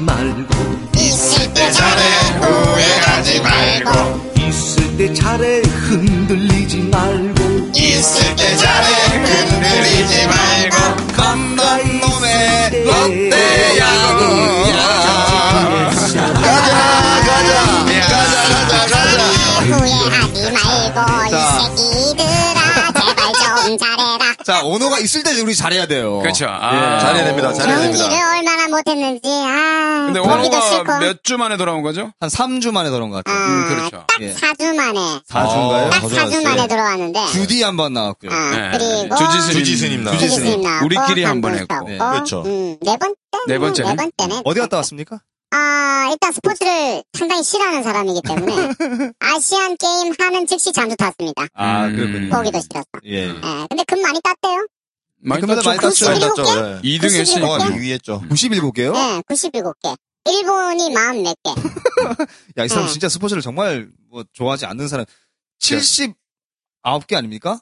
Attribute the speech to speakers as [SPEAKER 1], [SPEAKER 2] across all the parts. [SPEAKER 1] 말고
[SPEAKER 2] 있을 때 잘해 후회하지 말고
[SPEAKER 1] 있을 때 잘해 흔들리지 말고
[SPEAKER 2] 있을 때 잘해 흔들리지 말고 건넌놈의 롯데야 가자 가자
[SPEAKER 3] 후회하지 말고 이 새끼들아 제발 좀 잘해라
[SPEAKER 4] 자, 언어가 있을 때 우리 잘해야 돼요.
[SPEAKER 2] 어.
[SPEAKER 5] 그렇죠.
[SPEAKER 2] 예.
[SPEAKER 5] 아.
[SPEAKER 4] 잘해야
[SPEAKER 2] 됩니다, 잘해야
[SPEAKER 3] 연기를
[SPEAKER 2] 됩니다.
[SPEAKER 3] 얼마나 못했는지 아
[SPEAKER 5] 근데
[SPEAKER 3] 보기도 싫고
[SPEAKER 5] 원호가 몇 주 만에 돌아온 거죠?
[SPEAKER 4] 한 3주 만에 돌아온 것 같아요.
[SPEAKER 5] 음,
[SPEAKER 3] 아,
[SPEAKER 5] 그렇죠.
[SPEAKER 3] 딱
[SPEAKER 4] 예.
[SPEAKER 3] 4주 만에
[SPEAKER 4] 4주인가요?
[SPEAKER 3] 딱 4주 만에 들어왔는데
[SPEAKER 4] 주디 한 번 나왔고요.
[SPEAKER 2] 음.
[SPEAKER 3] 아,
[SPEAKER 5] 네.
[SPEAKER 3] 그리고
[SPEAKER 5] 주지스님.
[SPEAKER 2] 주지스님 나
[SPEAKER 4] 주지스님.
[SPEAKER 3] 주지스님 나왔고
[SPEAKER 5] 우리끼리 한번
[SPEAKER 3] 강동석
[SPEAKER 5] 했고.
[SPEAKER 4] 네.
[SPEAKER 3] 나왔고,
[SPEAKER 2] 그렇죠.
[SPEAKER 3] 음, 네 번째
[SPEAKER 5] 네 번째는?
[SPEAKER 3] 네 번째네
[SPEAKER 4] 어디 갔다 왔습니까?
[SPEAKER 3] 아 일단 스포츠를 상당히 싫어하는 사람이기 때문에 아시안 게임 하는 즉시 잠수 탔습니다
[SPEAKER 4] 아,
[SPEAKER 5] 음.
[SPEAKER 4] 그렇군요.
[SPEAKER 3] 보기도 싫었어
[SPEAKER 4] 예. 예.
[SPEAKER 3] 예, 근데 금 많이 땄대요
[SPEAKER 5] 많이
[SPEAKER 4] 근데
[SPEAKER 3] 뭐
[SPEAKER 4] 많이
[SPEAKER 5] 땄죠.
[SPEAKER 4] 땄죠. 예.
[SPEAKER 3] 일곱 개?
[SPEAKER 5] 2등
[SPEAKER 3] 땄어요.
[SPEAKER 5] 했으니까.
[SPEAKER 2] 위했죠
[SPEAKER 4] 97개요?
[SPEAKER 2] 네.
[SPEAKER 3] 예, 97개 일본이 44개
[SPEAKER 4] 야, 이
[SPEAKER 2] 음.
[SPEAKER 4] 사람
[SPEAKER 3] 네.
[SPEAKER 4] 진짜 스포츠를 정말 뭐 좋아하지 않는 사람. 79개 아닙니까?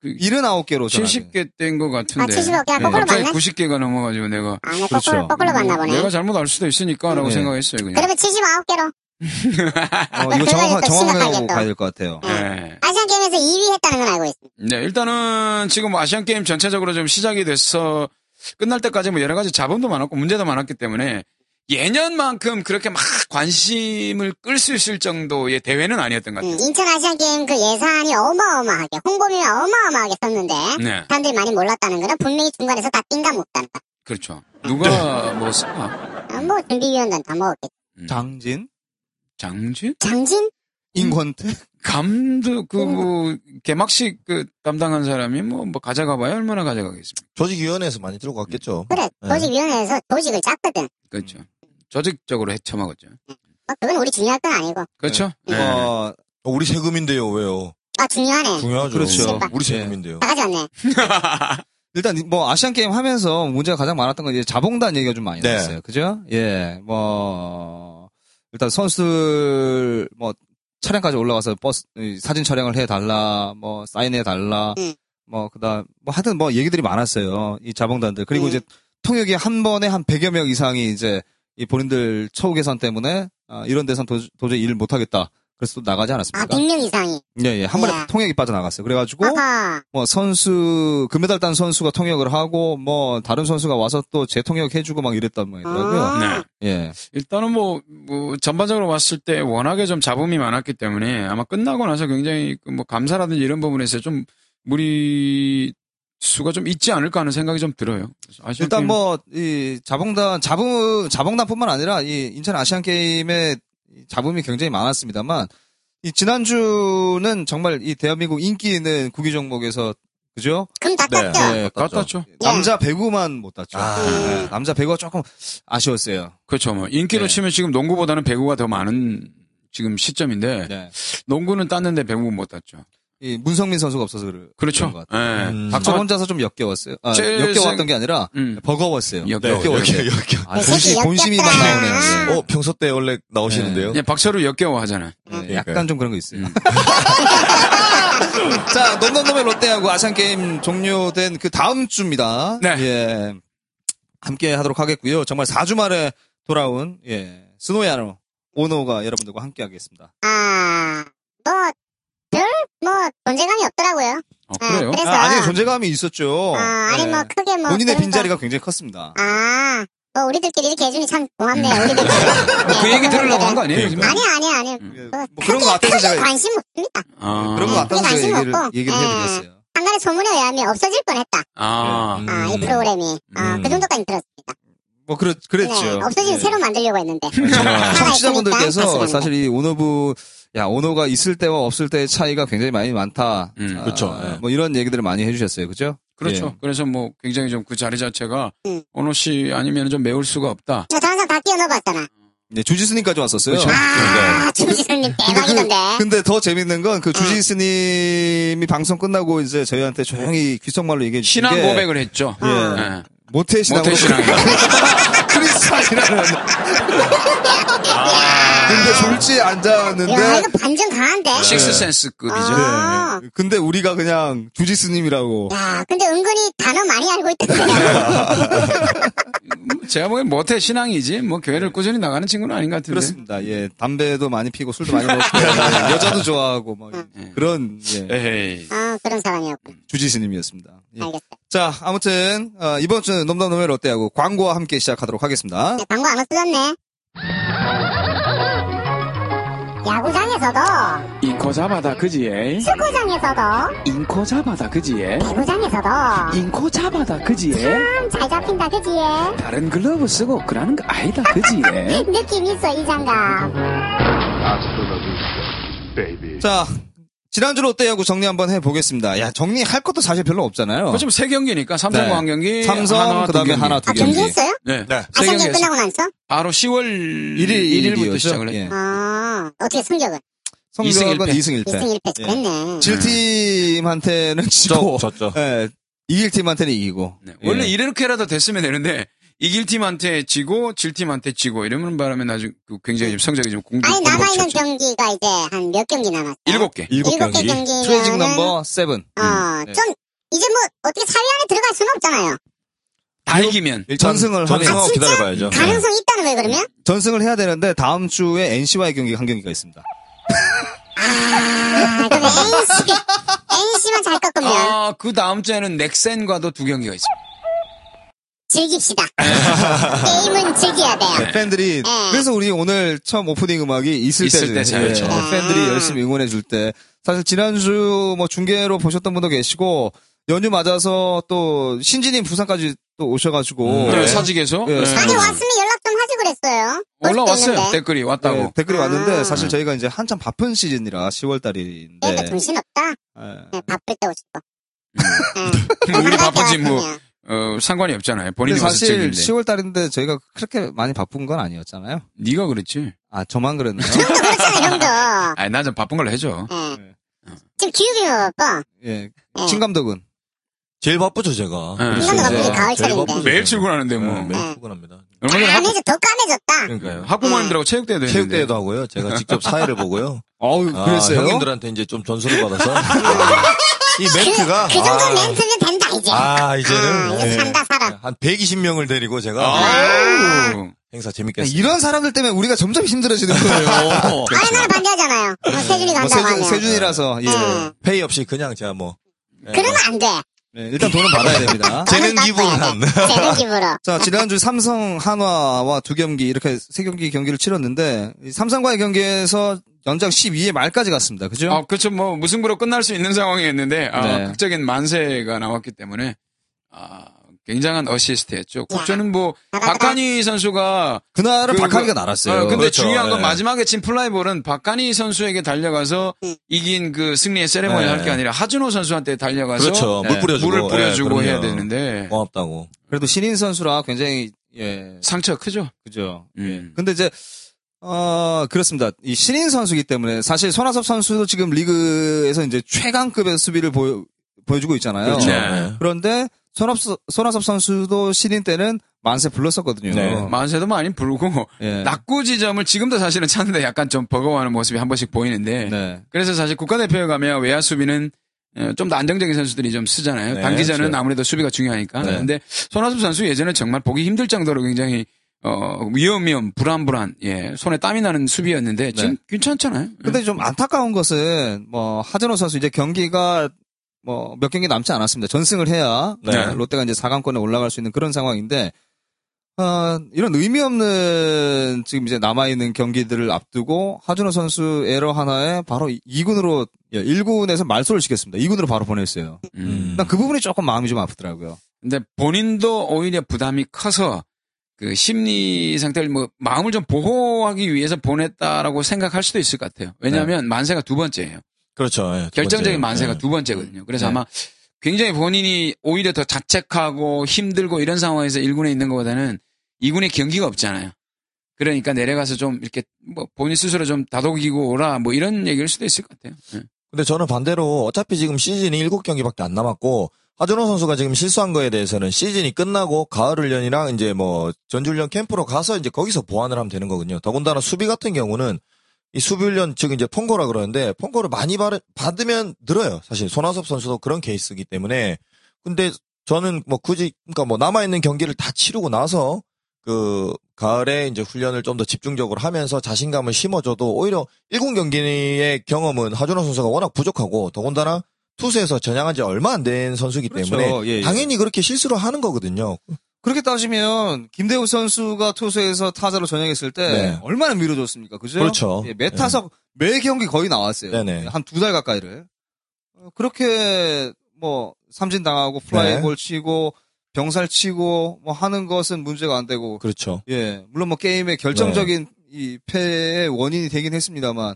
[SPEAKER 5] 그-
[SPEAKER 4] 79개로
[SPEAKER 5] 70개 뗀 것 같은데.
[SPEAKER 3] 아, 70개. 그냥 거꾸로
[SPEAKER 5] 갑자기
[SPEAKER 3] 맞네?
[SPEAKER 5] 90개가 넘어가지고 내가
[SPEAKER 3] 아, 나
[SPEAKER 4] 그렇죠.
[SPEAKER 3] 거꾸로, 거꾸로 봤나 보네.
[SPEAKER 5] 내가 잘못 알 수도 있으니까라고
[SPEAKER 4] 네.
[SPEAKER 5] 생각했어요 그냥.
[SPEAKER 3] 그러면 79개로.
[SPEAKER 4] 어, 이거
[SPEAKER 2] 네,
[SPEAKER 3] 그러니까
[SPEAKER 4] 정확하, 정확하게 하고
[SPEAKER 3] 심각하겠다.
[SPEAKER 4] 가야 될 것 같아요.
[SPEAKER 2] 음.
[SPEAKER 5] 네.
[SPEAKER 3] 아시안게임에서 2위 했다는 건 알고 있습니다.
[SPEAKER 5] 네, 일단은 지금 뭐 아시안 게임 전체적으로 좀 시작이 돼서 끝날 때까지 뭐 여러 가지 자본도 많았고 문제도 많았기 때문에 예년만큼 그렇게 막 관심을 끌 수 있을 정도의 대회는 아니었던 것 같아요.
[SPEAKER 3] 음, 인천 아시안게임 그 예산이 어마어마하게, 홍보비는 어마어마하게 썼는데,
[SPEAKER 5] 네,
[SPEAKER 3] 사람들이 많이 몰랐다는 거는 분명히 중간에서 다 띵가 먹다는 거.
[SPEAKER 5] 그렇죠. 누가 먹었을까?
[SPEAKER 3] 아, 뭐, 준비위원단 다 먹었겠지.
[SPEAKER 4] 장진,
[SPEAKER 5] 장준?
[SPEAKER 3] 장진?
[SPEAKER 4] 인권태,
[SPEAKER 5] 감독 그 뭐 개막식 그 담당한 사람이 뭐, 뭐 가져가봐야 얼마나 가져가겠습니까?
[SPEAKER 2] 조직위원회에서 많이 들고 갔겠죠
[SPEAKER 3] 그래,
[SPEAKER 2] 네.
[SPEAKER 3] 조직위원회에서 조직을 짰거든.
[SPEAKER 5] 그렇죠. 조직적으로 해쳐먹었죠.
[SPEAKER 3] 뭐, 그건 우리 중요할 건 아니고.
[SPEAKER 5] 그렇죠. 네.
[SPEAKER 4] 어,
[SPEAKER 2] 어, 우리 세금인데요 왜요
[SPEAKER 3] 아, 중요하네.
[SPEAKER 2] 중요하죠
[SPEAKER 3] 음.
[SPEAKER 4] 그렇죠.
[SPEAKER 2] 우리
[SPEAKER 4] 예.
[SPEAKER 2] 세금인데요
[SPEAKER 3] 나가지 않네. 아,
[SPEAKER 4] 일단 뭐 아시안 게임 하면서 문제가 가장 많았던 건 이제 자봉단 얘기가 좀 많이
[SPEAKER 2] 네.
[SPEAKER 4] 나왔어요. 그죠? 예. 뭐 일단 선수들 뭐 차량까지 올라가서 버스 이, 사진 촬영을 해 달라. 뭐 사인해 달라.
[SPEAKER 3] 음.
[SPEAKER 4] 뭐 그다음 뭐 하여튼 뭐 얘기들이 많았어요. 이 자봉단들. 그리고
[SPEAKER 3] 음.
[SPEAKER 4] 이제 통역이 한 번에 한 100여 명 이상이 이제 이 본인들 처우 개선 때문에 아, 이런 데선 도, 저히 일을 못 하겠다. 그래서 또 나가지
[SPEAKER 3] 아,
[SPEAKER 4] 않았습니까?
[SPEAKER 3] 100명 이상이.
[SPEAKER 4] 예, 예. 한 번에
[SPEAKER 3] 예.
[SPEAKER 4] 통역이 빠져나갔어요. 그래가지고
[SPEAKER 3] 아하.
[SPEAKER 4] 뭐 선수 금메달 딴 선수가 통역을 하고 뭐 다른 선수가 와서 또 재통역 해주고 막 이랬단 말이더라고요.
[SPEAKER 3] 아.
[SPEAKER 5] 네.
[SPEAKER 4] 예.
[SPEAKER 5] 일단은 뭐, 뭐 전반적으로 봤을 때 워낙에 좀 잡음이 많았기 때문에 아마 끝나고 나서 굉장히 그뭐 감사라든지 이런 부분에서 좀 무리 수가 좀 있지 않을까 하는 생각이 좀 들어요. 그래서 아시안
[SPEAKER 4] 일단
[SPEAKER 5] 게임-
[SPEAKER 4] 뭐 이 자봉단 자봉 자봉단뿐만 아니라 이 인천 아시안 게임에 자붐이 굉장히 많았습니다만 이 지난주는 정말 이 대한민국 인기 있는 구기 종목에서 그죠?
[SPEAKER 3] 금 다
[SPEAKER 2] 네.
[SPEAKER 3] 땄죠.
[SPEAKER 4] 예,
[SPEAKER 5] 갖다 죠
[SPEAKER 4] 남자 배구만 못 땄죠.
[SPEAKER 2] 아.
[SPEAKER 4] 예, 남자 배구가 조금 아쉬웠어요.
[SPEAKER 5] 그렇죠. 뭐 인기로
[SPEAKER 4] 네.
[SPEAKER 5] 치면 지금 농구보다는 배구가 더 많은 지금 시점인데
[SPEAKER 4] 네.
[SPEAKER 5] 농구는 땄는데 배구는 못 땄죠.
[SPEAKER 4] 이 문성민 선수가 없어서 그런
[SPEAKER 5] 그렇죠.
[SPEAKER 4] 것 같아요.
[SPEAKER 5] 예.
[SPEAKER 2] 음.
[SPEAKER 4] 박정
[SPEAKER 5] 아마-
[SPEAKER 4] 혼자서 좀 역겨웠어요. 아,
[SPEAKER 5] 제
[SPEAKER 4] 역겨웠던
[SPEAKER 5] 생-
[SPEAKER 4] 게 아니라
[SPEAKER 5] 음.
[SPEAKER 4] 버거웠어요. 네,
[SPEAKER 5] 역겨워.
[SPEAKER 4] 역겨웠어요.
[SPEAKER 2] 여기
[SPEAKER 4] 아,
[SPEAKER 3] 새끼
[SPEAKER 4] 본심, 본심이 막
[SPEAKER 3] 역겹다.
[SPEAKER 4] 나오네요.
[SPEAKER 2] 어 평소 때 원래 나오시는데요
[SPEAKER 5] 예, 박철우 역겨워 하잖아.
[SPEAKER 4] 네, 약간 좀 그런 거 있어요.
[SPEAKER 5] 음.
[SPEAKER 4] 자, 넘넘넘의 롯데하고 아시안게임 종료된 그 다음 주입니다.
[SPEAKER 5] 네.
[SPEAKER 4] 예. 함께 하도록 하겠고요. 정말 4주 만에 돌아온, 예. 스노야노, 오노가 여러분들과 함께 하겠습니다.
[SPEAKER 3] 아, 뭐, 별, 뭐, 존재감이 없더라고요.
[SPEAKER 5] 어, 그래요?
[SPEAKER 3] 아, 그래서.
[SPEAKER 4] 아, 아니, 존재감이 있었죠.
[SPEAKER 3] 아, 아니
[SPEAKER 4] 예.
[SPEAKER 3] 뭐 크게 뭐
[SPEAKER 4] 본인의
[SPEAKER 3] 그런
[SPEAKER 4] 빈자리가 굉장히 컸습니다.
[SPEAKER 3] 거- 아, 뭐 우리들끼리 이렇게 해주니 참
[SPEAKER 4] 음.
[SPEAKER 3] 고맙네요. 우리들.
[SPEAKER 4] 뭐,
[SPEAKER 3] 네,
[SPEAKER 5] 그 얘기 들으려고 한 거 아니에요?
[SPEAKER 2] 그러니까.
[SPEAKER 5] 지금?
[SPEAKER 3] 아니 아니 아니.
[SPEAKER 5] 음.
[SPEAKER 4] 예.
[SPEAKER 3] 뭐
[SPEAKER 4] 뭐 그런 거 같아서 제가,
[SPEAKER 3] 관심 없습니다.
[SPEAKER 5] 아.
[SPEAKER 4] 그런 거 같아서
[SPEAKER 3] 관심
[SPEAKER 4] 제가 얘기를,
[SPEAKER 3] 없고.
[SPEAKER 4] 얘기를
[SPEAKER 3] 예.
[SPEAKER 4] 해드렸어요.
[SPEAKER 3] 상간의 소문에 의하면 없어질 뻔했다.
[SPEAKER 5] 아.
[SPEAKER 4] 네.
[SPEAKER 3] 아, 이
[SPEAKER 2] 음.
[SPEAKER 3] 프로그램이 아,
[SPEAKER 2] 음.
[SPEAKER 3] 그 정도까지 들었습니다.
[SPEAKER 4] 뭐, 그렇, 그랬죠.
[SPEAKER 3] 네, 없어지면
[SPEAKER 4] 예.
[SPEAKER 3] 새로 만들려고 했는데. 하나
[SPEAKER 4] 청취자분들께서
[SPEAKER 3] 있으니까
[SPEAKER 4] 사실 이 오너부 야 오너가 있을 때와 없을 때의 차이가 굉장히 많이 많다.
[SPEAKER 5] 음.
[SPEAKER 4] 아,
[SPEAKER 2] 그쵸, 예.
[SPEAKER 4] 뭐 이런 얘기들을 많이 해주셨어요. 그죠?
[SPEAKER 5] 그렇죠.
[SPEAKER 4] 예.
[SPEAKER 5] 그래서 뭐 굉장히 좀 그 자리 자체가
[SPEAKER 3] 음.
[SPEAKER 5] 원호 씨 아니면 좀 메울 수가 없다.
[SPEAKER 3] 저 항상 다 끼워 넣어봤잖아.
[SPEAKER 4] 네, 주지스님까지 왔었어요.
[SPEAKER 5] 그쵸.
[SPEAKER 4] 네.
[SPEAKER 3] 아, 주지선님 대박이던데.
[SPEAKER 4] 근데 더 재밌는 건 그 주지스님이 방송 끝나고 이제 저희한테 조용히 귓속말로 얘기해 주신
[SPEAKER 5] 신앙
[SPEAKER 4] 게
[SPEAKER 5] 고백을 했죠.
[SPEAKER 4] 예.
[SPEAKER 5] 예.
[SPEAKER 4] 모태 신앙
[SPEAKER 5] 모태 신앙.
[SPEAKER 4] 크리스찬이라는. 근데 졸지
[SPEAKER 3] 야,
[SPEAKER 4] 앉았는데.
[SPEAKER 3] 이거 반전 강한데?
[SPEAKER 4] 예.
[SPEAKER 5] 식스센스급이죠.
[SPEAKER 3] 아.
[SPEAKER 4] 근데 우리가 그냥 주지스님이라고.
[SPEAKER 3] 야, 근데 은근히 단어 많이 알고 있던데. 어,
[SPEAKER 4] 예.
[SPEAKER 5] 제가 보기엔 모태 신앙이지 뭐 교회를 꾸준히 나가는 친구는 아닌 것 같은데.
[SPEAKER 4] 그렇습니다. 예, 담배도 많이 피고 술도 많이 먹고 예, 여자도 좋아하고 막 그런 예,
[SPEAKER 5] 에이.
[SPEAKER 3] 아, 그런 사람이었고.
[SPEAKER 4] 주지스님이었습니다. 예.
[SPEAKER 3] 알겠어요.
[SPEAKER 4] 자, 아무튼 어, 이번 주는 넘넘넘의 롯데하고 광고와 함께 시작하도록 하겠습니다.
[SPEAKER 3] 네, 광고 안 없어졌네. 야구장에서도,
[SPEAKER 6] 인코 잡아다 그지에
[SPEAKER 3] 축구장에서도,
[SPEAKER 6] 인코 잡아다 그지에
[SPEAKER 3] 배구장에서도,
[SPEAKER 6] 인코 잡아다 그지에
[SPEAKER 4] 네.
[SPEAKER 3] 참 잘 잡힌다, 그지에?
[SPEAKER 6] 다른 글러브 쓰고 그러는 거 아니다
[SPEAKER 4] 네.
[SPEAKER 6] 그지에
[SPEAKER 3] 느낌 있어, 이 장갑.
[SPEAKER 7] Hasta la vista, baby.
[SPEAKER 4] 자, 지난주 롯데하고 정리 한번 해보겠습니다. 야, 정리할 것도 사실 별로 없잖아요.
[SPEAKER 5] 어차피 세 경기니까 삼성
[SPEAKER 4] 네.
[SPEAKER 5] 한 경기,
[SPEAKER 4] 삼성,
[SPEAKER 5] 그렇죠. 예, 하나, 두 경기.
[SPEAKER 4] 그다음에 하나, 두
[SPEAKER 3] 아,
[SPEAKER 4] 경기.
[SPEAKER 3] 경기했어요?
[SPEAKER 5] 네.
[SPEAKER 2] 네.
[SPEAKER 3] 아성기
[SPEAKER 5] 경기에서.
[SPEAKER 3] 끝나고 나서?
[SPEAKER 5] 바로 10월
[SPEAKER 4] 일일
[SPEAKER 5] 1일, 부터 시작을 해요.
[SPEAKER 4] 예.
[SPEAKER 3] 아, 어떻게 성적은?
[SPEAKER 4] 성적은
[SPEAKER 5] 이승 일패.
[SPEAKER 4] 2승 1패.
[SPEAKER 3] 1승 1패.
[SPEAKER 4] 예.
[SPEAKER 3] 그랬네.
[SPEAKER 4] 질 팀한테는 지고,
[SPEAKER 2] 졌죠.
[SPEAKER 4] 예, 이길 팀한테는 이기고.
[SPEAKER 5] 네. 원래
[SPEAKER 4] 예.
[SPEAKER 5] 이렇게라도 됐으면 되는데 이길 팀한테 지고 질 팀한테 지고 이러면 바람에 나중 그 굉장히 좀 성적이 좀 공격
[SPEAKER 3] 아니, 남아있는
[SPEAKER 5] 공격쳤죠.
[SPEAKER 3] 경기가 이제 한 몇 경기 남았어요?
[SPEAKER 5] 일곱 개.
[SPEAKER 2] 일곱
[SPEAKER 3] 일곱 개
[SPEAKER 2] 경기.
[SPEAKER 3] 경기면은
[SPEAKER 4] 트레이징 넘버 7.
[SPEAKER 3] 어,
[SPEAKER 4] 네.
[SPEAKER 3] 좀 이제 뭐 어떻게 사위 안에 들어갈 수는 없잖아요.
[SPEAKER 5] 다 이기면
[SPEAKER 4] 일단 전승을 하면
[SPEAKER 2] 전승하고
[SPEAKER 3] 아, 진짜?
[SPEAKER 2] 기다려봐야죠.
[SPEAKER 3] 가능성 이 있다는 거예요, 그러면?
[SPEAKER 4] 네. 전승을 해야 되는데 다음 주에 NC와의 경기 한 경기가 있습니다.
[SPEAKER 3] 아, 그럼 NC, NC만 잘 꺾으면
[SPEAKER 5] 아, 그 다음 주에는 넥센과도 두 경기가 있습니다.
[SPEAKER 3] 즐깁시다. 게임은 즐겨야 돼요.
[SPEAKER 4] 팬들이
[SPEAKER 3] 네.
[SPEAKER 4] 그래서 우리 오늘 처음 오프닝 음악이 있을,
[SPEAKER 5] 있을
[SPEAKER 4] 때, 예,
[SPEAKER 5] 때 잘- 그렇죠.
[SPEAKER 3] 아.
[SPEAKER 4] 팬들이 열심히 응원해 줄 때 사실 지난주 뭐 중계로 보셨던 분도 계시고 연휴 맞아서 또 신진님 부산까지 또 오셔가지고
[SPEAKER 5] 네, 사직에서
[SPEAKER 4] 네.
[SPEAKER 5] 네.
[SPEAKER 3] 아니, 왔으면 연락 좀 하지 그랬어요. 올 수도
[SPEAKER 5] 올라왔어요.
[SPEAKER 3] 있는데.
[SPEAKER 5] 댓글이
[SPEAKER 4] 네,
[SPEAKER 5] 왔다고.
[SPEAKER 4] 댓글이
[SPEAKER 3] 아.
[SPEAKER 4] 왔는데 사실 저희가 이제 한참 바쁜 시즌이라 10월달인데 예.
[SPEAKER 3] 그러니까 정신없다. 네, 바쁠 때 오시고.
[SPEAKER 5] 뭐 우리 바쁘지 뭐 어, 상관이 없잖아요. 본인이
[SPEAKER 4] 근데
[SPEAKER 5] 와서
[SPEAKER 4] 사실
[SPEAKER 5] 즐긴데.
[SPEAKER 4] 10월달인데 저희가 그렇게 많이 바쁜 건 아니었잖아요.
[SPEAKER 5] 네가 그랬지.
[SPEAKER 4] 아 저만 그랬나요?
[SPEAKER 3] 그렇잖아, 요 형도.
[SPEAKER 5] 아니 나 좀 바쁜 걸로 해줘.
[SPEAKER 3] 예.
[SPEAKER 4] 네.
[SPEAKER 3] 지금 기우기 뭐 먹었고,
[SPEAKER 4] 예,
[SPEAKER 3] 예.
[SPEAKER 4] 신 감독은
[SPEAKER 2] 제일 바쁘죠, 제가.
[SPEAKER 5] 네.
[SPEAKER 2] 예. 그래서 이제
[SPEAKER 3] 신나는 감독이 음. 가을철인데.
[SPEAKER 2] 제일 바쁘죠,
[SPEAKER 5] 매일
[SPEAKER 2] 제가.
[SPEAKER 5] 출근하는데 뭐.
[SPEAKER 2] 네,
[SPEAKER 3] 네.
[SPEAKER 2] 매일 출근합니다.
[SPEAKER 5] 얼마 전에
[SPEAKER 3] 까매져, 더 까매졌다.
[SPEAKER 2] 그러니까요. 네,
[SPEAKER 5] 학, 부모님들하고 체육대회도 했는데.
[SPEAKER 2] 체육대회도 하고요. 제가 직접 사회를 보고요.
[SPEAKER 4] 어우
[SPEAKER 2] 아,
[SPEAKER 4] 그랬어요?
[SPEAKER 2] 형님들한테 이제 좀 전수를 받아서 아. 이 멘트가
[SPEAKER 3] 그 정도
[SPEAKER 8] 아.
[SPEAKER 3] 멘트면 된다, 이제.
[SPEAKER 2] 아,
[SPEAKER 3] 아,
[SPEAKER 2] 이제는
[SPEAKER 3] 이제
[SPEAKER 2] 네.
[SPEAKER 3] 산다, 아. 살아.
[SPEAKER 2] 한 120명을 데리고 제가
[SPEAKER 5] 아우.
[SPEAKER 2] 행사
[SPEAKER 4] 야,
[SPEAKER 2] 재밌게 했습니다.
[SPEAKER 4] 네, 이런 사람들 때문에 우리가 점점 힘들어지는
[SPEAKER 5] 그렇죠.
[SPEAKER 4] 거예요.
[SPEAKER 3] 아니, 나는 반대하잖아요. 어, 세준이
[SPEAKER 4] 뭐
[SPEAKER 3] 간다고
[SPEAKER 4] 세준,
[SPEAKER 3] 하면.
[SPEAKER 4] 세준이라서 예.
[SPEAKER 3] 음.
[SPEAKER 2] 페이 없이 그냥 제가 뭐
[SPEAKER 3] 그러면 안 돼.
[SPEAKER 4] 네, 일단 돈은 받아야 됩니다.
[SPEAKER 2] 재능
[SPEAKER 3] 나는
[SPEAKER 2] 기부를
[SPEAKER 3] 바빠야
[SPEAKER 2] 한.
[SPEAKER 3] 돼. 재능 기부로.
[SPEAKER 4] 자 지난주 삼성 한화와 두 경기 이렇게 세 경기 경기를 치렀는데 이 삼성과의 경기에서 연장 12회 말까지 갔습니다. 그죠?
[SPEAKER 5] 아, 그렇죠. 뭐 무승부로 끝날 수 있는 상황이었는데 아,
[SPEAKER 4] 네.
[SPEAKER 5] 극적인 만세가 나왔기 때문에 아, 굉장한 어시스트였죠. 저는 뭐
[SPEAKER 3] 나가다.
[SPEAKER 5] 박한희 선수가
[SPEAKER 4] 그날은
[SPEAKER 5] 그,
[SPEAKER 4] 박하기가
[SPEAKER 5] 그,
[SPEAKER 4] 날았어요.
[SPEAKER 5] 어, 근데
[SPEAKER 2] 그렇죠.
[SPEAKER 5] 중요한 건
[SPEAKER 2] 네.
[SPEAKER 5] 마지막에 친 플라이볼은 박한희 선수에게 달려가서 이긴 그 승리의
[SPEAKER 2] 음.
[SPEAKER 5] 세레머니
[SPEAKER 2] 네.
[SPEAKER 5] 할 게 아니라 하준호 선수한테 달려가서 네.
[SPEAKER 2] 그렇죠. 물 뿌려주고.
[SPEAKER 5] 물을 뿌려주고
[SPEAKER 2] 예,
[SPEAKER 5] 해야
[SPEAKER 2] 그럼요.
[SPEAKER 5] 되는데
[SPEAKER 2] 고맙다고.
[SPEAKER 4] 그래도 신인 선수라 굉장히 예
[SPEAKER 5] 상처가 크죠.
[SPEAKER 4] 그죠. 예.
[SPEAKER 5] 음.
[SPEAKER 4] 근데 이제 어 그렇습니다. 이 신인 선수기 때문에 사실 손아섭 선수도 지금 리그에서 이제 최강급의 수비를 보여 보여주고 있잖아요.
[SPEAKER 5] 그렇죠. 네.
[SPEAKER 4] 그런데 손아섭, 손아섭 선수도 신인 때는 만세 불렀었거든요.
[SPEAKER 2] 네.
[SPEAKER 5] 만세도 많이 부르고
[SPEAKER 4] 예.
[SPEAKER 5] 낙구 지점을 지금도 사실은 찾는데 약간 좀 버거워하는 모습이 한 번씩 보이는데
[SPEAKER 4] 네.
[SPEAKER 5] 그래서 사실 국가대표에 가면 외야 수비는 어, 좀 더 안정적인 선수들이 좀 쓰잖아요.
[SPEAKER 2] 네,
[SPEAKER 5] 단기전은
[SPEAKER 2] 그렇죠.
[SPEAKER 5] 아무래도 수비가 중요하니까.
[SPEAKER 4] 네.
[SPEAKER 5] 근데 손아섭 선수 예전에 정말 보기 힘들 정도로 굉장히 어 위험위험 불안불안 예 손에 땀이 나는 수비였는데 지금
[SPEAKER 4] 네.
[SPEAKER 5] 괜찮잖아요.
[SPEAKER 4] 근데 좀 안타까운 것은 뭐 하진호 선수 이제 경기가 뭐 몇 경기 남지 않았습니다. 전승을 해야
[SPEAKER 2] 네.
[SPEAKER 4] 롯데가 이제 4강권에 올라갈 수 있는 그런 상황인데 어, 이런 의미 없는 지금 이제 남아 있는 경기들을 앞두고 하준호 선수 에러 하나에 바로 2군으로 예, 1군에서 말소를 시켰습니다. 2군으로 바로 보냈어요.
[SPEAKER 5] 음.
[SPEAKER 4] 난 그 부분이 조금 마음이 좀 아프더라고요.
[SPEAKER 5] 근데 본인도 오히려 부담이 커서 그 심리 상태를 뭐 마음을 좀 보호하기 위해서 보냈다라고 생각할 수도 있을 것 같아요. 왜냐하면 만세가 두 번째예요.
[SPEAKER 2] 그렇죠. 예, 두 번째.
[SPEAKER 5] 결정적인 만세가
[SPEAKER 2] 예.
[SPEAKER 5] 두 번째거든요. 그래서
[SPEAKER 4] 네.
[SPEAKER 5] 아마 굉장히 본인이 오히려 더 자책하고 힘들고 이런 상황에서 1군에 있는 것보다는 2군에 경기가 없잖아요. 그러니까 내려가서 좀 이렇게 뭐 본인 스스로 좀 다독이고 오라 뭐 이런 얘기일 수도 있을 것 같아요. 네.
[SPEAKER 2] 근데 저는 반대로 어차피 지금 시즌이 7경기밖에 안 남았고
[SPEAKER 8] 하준호 선수가 지금 실수한 거에 대해서는 시즌이 끝나고 가을 훈련이랑 이제 뭐 전주 훈련 캠프로 가서 이제 거기서 보완을 하면 되는 거군요. 더군다나 수비 같은 경우는 이 수비 훈련 즉 이제 펑거라 그러는데 펑거를 많이 받- 받으면 늘어요. 사실 손아섭 선수도 그런 케이스이기 때문에 근데 저는 뭐 굳이 그러니까 뭐 남아 있는 경기를 다 치르고 나서 그 가을에 이제 훈련을 좀 더 집중적으로 하면서 자신감을 심어줘도 오히려 1군 경기의 경험은 하준호 선수가 워낙 부족하고 더군다나 투수에서 전향한 지 얼마 안 된 선수이기
[SPEAKER 4] 그렇죠.
[SPEAKER 8] 때문에
[SPEAKER 4] 예, 예.
[SPEAKER 8] 당연히 그렇게 실수를 하는 거거든요.
[SPEAKER 4] 그렇게 따지면 김대우 선수가 투수에서 타자로 전향했을 때
[SPEAKER 8] 네.
[SPEAKER 4] 얼마나 밀어줬습니까? 그죠?
[SPEAKER 8] 그렇죠. 네.
[SPEAKER 4] 예, 매 타석 매 경기 거의 나왔어요.
[SPEAKER 8] 네네.
[SPEAKER 4] 한 두 달 가까이를 어, 그렇게 뭐 삼진 당하고
[SPEAKER 8] 네.
[SPEAKER 4] 플라이볼 치고 병살 치고 뭐 하는 것은 문제가 안 되고
[SPEAKER 8] 그렇죠. 네.
[SPEAKER 4] 예 물론 뭐 게임의 결정적인 이 패의 원인이 되긴 했습니다만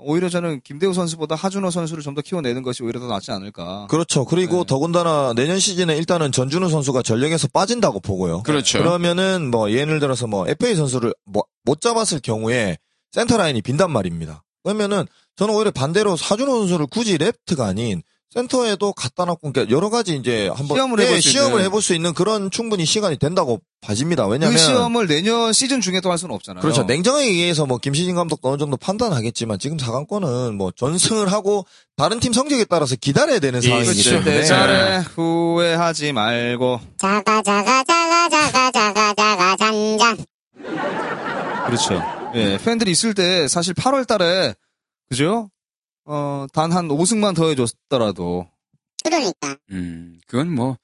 [SPEAKER 4] 오히려 저는 김대우 선수보다 하준호 선수를 좀 더 키워내는 것이 오히려 더 낫지 않을까.
[SPEAKER 8] 그렇죠. 그리고
[SPEAKER 4] 네.
[SPEAKER 8] 더군다나 내년 시즌에 일단은 전준우 선수가 전력에서 빠진다고 보고요.
[SPEAKER 5] 그렇죠.
[SPEAKER 8] 그러면은 뭐 예를 들어서 뭐 FA 선수를 뭐- 못 잡았을 경우에 센터 라인이 빈단 말입니다. 그러면은 저는 오히려 반대로 사준호 선수를 굳이 레프트가 아닌 센터에도 갖다 놨고 그러니까 여러 가지 이제 한번
[SPEAKER 4] 시험을 해볼
[SPEAKER 8] 예,
[SPEAKER 4] 수
[SPEAKER 8] 시험을
[SPEAKER 4] 있는.
[SPEAKER 8] 해볼 수 있는 그런 충분히 시간이 된다고 봐집니다.
[SPEAKER 4] 그
[SPEAKER 8] 왜냐면
[SPEAKER 4] 시험을 어. 내년 시즌 중에 또 할 수는 없잖아요.
[SPEAKER 8] 그렇죠. 냉정에 의해서 뭐 김시진 감독도 어느 정도 판단하겠지만 지금 4강권은 뭐 전승을 하고 다른 팀 성적에 따라서 기다려야 되는 상황이기
[SPEAKER 5] 그렇죠.
[SPEAKER 8] 때문에
[SPEAKER 5] 네.
[SPEAKER 4] 예, 잘해 후회하지 말고
[SPEAKER 3] 자가 자가 자가 자가 자가 자가 잔잔.
[SPEAKER 4] 그렇죠. 예, 팬들이 있을 때 사실 8월 달에, 그죠? 어, 단 한 5승만 더 해줬더라도.
[SPEAKER 3] 그러니까.
[SPEAKER 5] 음, 그건 뭐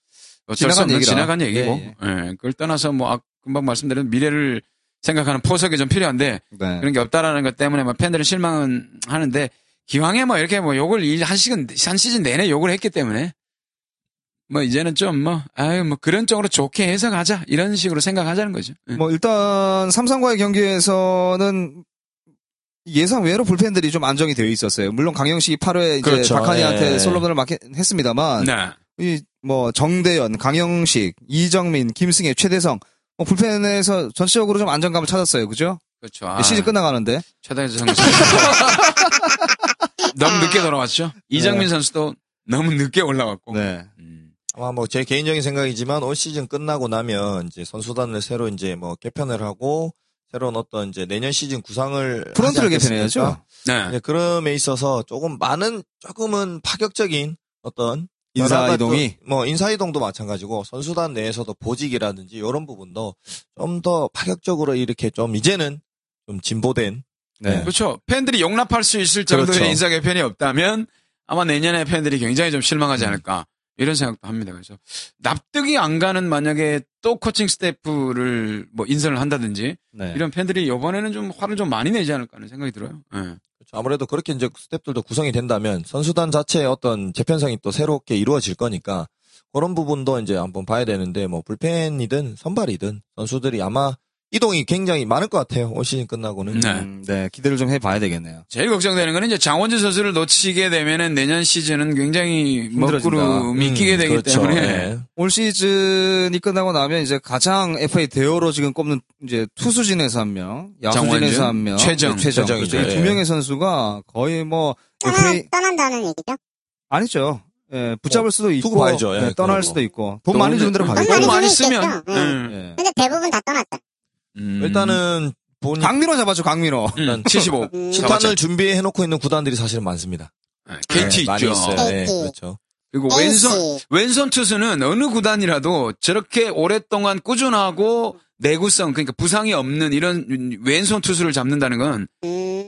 [SPEAKER 5] 어쩔 수
[SPEAKER 4] 지나간
[SPEAKER 5] 없는
[SPEAKER 4] 얘기라.
[SPEAKER 5] 지나간 얘기고,
[SPEAKER 4] 예,
[SPEAKER 5] 예, 그걸 떠나서 뭐 아, 금방 말씀드린 미래를 생각하는 포석이 좀 필요한데
[SPEAKER 4] 네.
[SPEAKER 5] 그런 게 없다라는 것 때문에 막 팬들을 실망은 하는데 기왕에 뭐 이렇게 뭐 욕을 일- 한 시즌 한 시즌 내내 욕을 했기 때문에 뭐 이제는 좀 뭐 아유 뭐 그런 쪽으로 좋게 해석하자 이런 식으로 생각하자는 거죠. 예.
[SPEAKER 4] 뭐, 일단, 삼성과의 경기에서는 예상 외로 불펜들이 좀 안정이 되어 있었어요. 물론 강영식이 8회 이제
[SPEAKER 8] 그렇죠.
[SPEAKER 4] 박한이한테
[SPEAKER 8] 예.
[SPEAKER 4] 솔로몬을 맞긴 했습니다만,
[SPEAKER 5] 네.
[SPEAKER 4] 이, 뭐, 정대현, 강영식, 이정민, 김승혜, 최대성, 뭐 불펜에서 전체적으로 좀 안정감을 찾았어요. 그죠?
[SPEAKER 5] 그렇죠. 아,
[SPEAKER 4] 시즌 끝나가는데.
[SPEAKER 5] 최다혜주 선수 너무 늦게 돌아왔죠. 이장민 선수도 너무 늦게 올라왔고.
[SPEAKER 4] 네.
[SPEAKER 5] 음.
[SPEAKER 8] 아마 뭐 제 개인적인 생각이지만 올 시즌 끝나고 나면 이제 선수단을 새로 이제 뭐 개편을 하고 새로운 어떤 이제 내년 시즌 구상을
[SPEAKER 4] 프론트를
[SPEAKER 8] 하지 않겠습니까?
[SPEAKER 4] 개편해야죠.
[SPEAKER 5] 네.
[SPEAKER 8] 네, 그럼에 있어서 조금 많은 조금은 파격적인 어떤
[SPEAKER 4] 인사
[SPEAKER 8] 변화가
[SPEAKER 4] 이동이?
[SPEAKER 8] 또- 뭐 인사 이동도 마찬가지고 선수단 내에서도 보직이라든지 이런 부분도 좀 더 파격적으로 이렇게 좀 이제는 좀 진보된 네.
[SPEAKER 5] 그렇죠. 팬들이 용납할 수 있을 정도의
[SPEAKER 8] 그렇죠.
[SPEAKER 5] 인사 개편이 없다면 아마 내년에 팬들이 굉장히 좀
[SPEAKER 8] 음.
[SPEAKER 5] 실망하지 않을까 이런 생각도 합니다. 그래서 납득이 안 가는 만약에 또 코칭 스태프를 뭐 인선을 한다든지
[SPEAKER 4] 네.
[SPEAKER 5] 이런 팬들이 이번에는 좀 화를 좀 많이 내지 않을까 하는 생각이 들어요. 예.
[SPEAKER 8] 아무래도 그렇게 이제 스텝들도 구성이 된다면 선수단 자체의 어떤 재편성이 또 새롭게 이루어질 거니까 그런 부분도 이제 한번 봐야 되는데 뭐 불펜이든 선발이든 선수들이 아마 이동이 굉장히 많을 것 같아요 올 시즌 끝나고는
[SPEAKER 5] 네.
[SPEAKER 4] 음, 네. 기대를 좀 해봐야 되겠네요.
[SPEAKER 5] 제일 걱정되는 거는 이제 장원준 선수를 놓치게 되면은 내년 시즌은 굉장히 먹구름이
[SPEAKER 8] 음,
[SPEAKER 5] 끼게 되기
[SPEAKER 8] 그렇죠.
[SPEAKER 5] 때문에 음.
[SPEAKER 8] 네.
[SPEAKER 4] 올 시즌이 끝나고 나면 이제 가장 FA 대어로 지금 꼽는 이제 투수진에서 한 명,
[SPEAKER 5] 장원준,
[SPEAKER 4] 야수진에서 한 명,
[SPEAKER 5] 최정,
[SPEAKER 4] 네, 최정,
[SPEAKER 8] 최정이죠.
[SPEAKER 4] 그렇죠. 이두
[SPEAKER 8] 예.
[SPEAKER 4] 명의 선수가 거의 뭐
[SPEAKER 3] 떠난,
[SPEAKER 4] FA
[SPEAKER 3] 떠난다는 얘기죠.
[SPEAKER 4] 아니죠. 예, 붙잡을 수도 있고,
[SPEAKER 8] 두고 봐야죠. 예,
[SPEAKER 4] 네, 떠날
[SPEAKER 8] 그거.
[SPEAKER 4] 수도 있고, 돈 많이 주는 대로
[SPEAKER 5] 돈
[SPEAKER 4] 가겠죠.
[SPEAKER 3] 많이
[SPEAKER 5] 많이
[SPEAKER 3] 쓰면
[SPEAKER 5] 쓰면
[SPEAKER 3] 있겠죠. 음.
[SPEAKER 5] 예.
[SPEAKER 4] 예.
[SPEAKER 3] 근데 대부분 다 떠났죠.
[SPEAKER 5] 음.
[SPEAKER 8] 일단은 본
[SPEAKER 4] 강민호 잡았죠, 강민호.
[SPEAKER 5] 음, 75
[SPEAKER 3] 음.
[SPEAKER 8] 신탄을 준비해 놓고 있는 구단들이 사실은 많습니다
[SPEAKER 5] 예, KT
[SPEAKER 8] 네, 많이
[SPEAKER 5] 있죠.
[SPEAKER 8] 있어요 네,
[SPEAKER 3] KT.
[SPEAKER 8] 그렇죠
[SPEAKER 5] 그리고
[SPEAKER 3] NC.
[SPEAKER 5] 뭐 왼손 왼손 투수는 어느 구단이라도 저렇게 오랫동안 꾸준하고 내구성 그러니까 부상이 없는 이런 왼손 투수를 잡는다는 건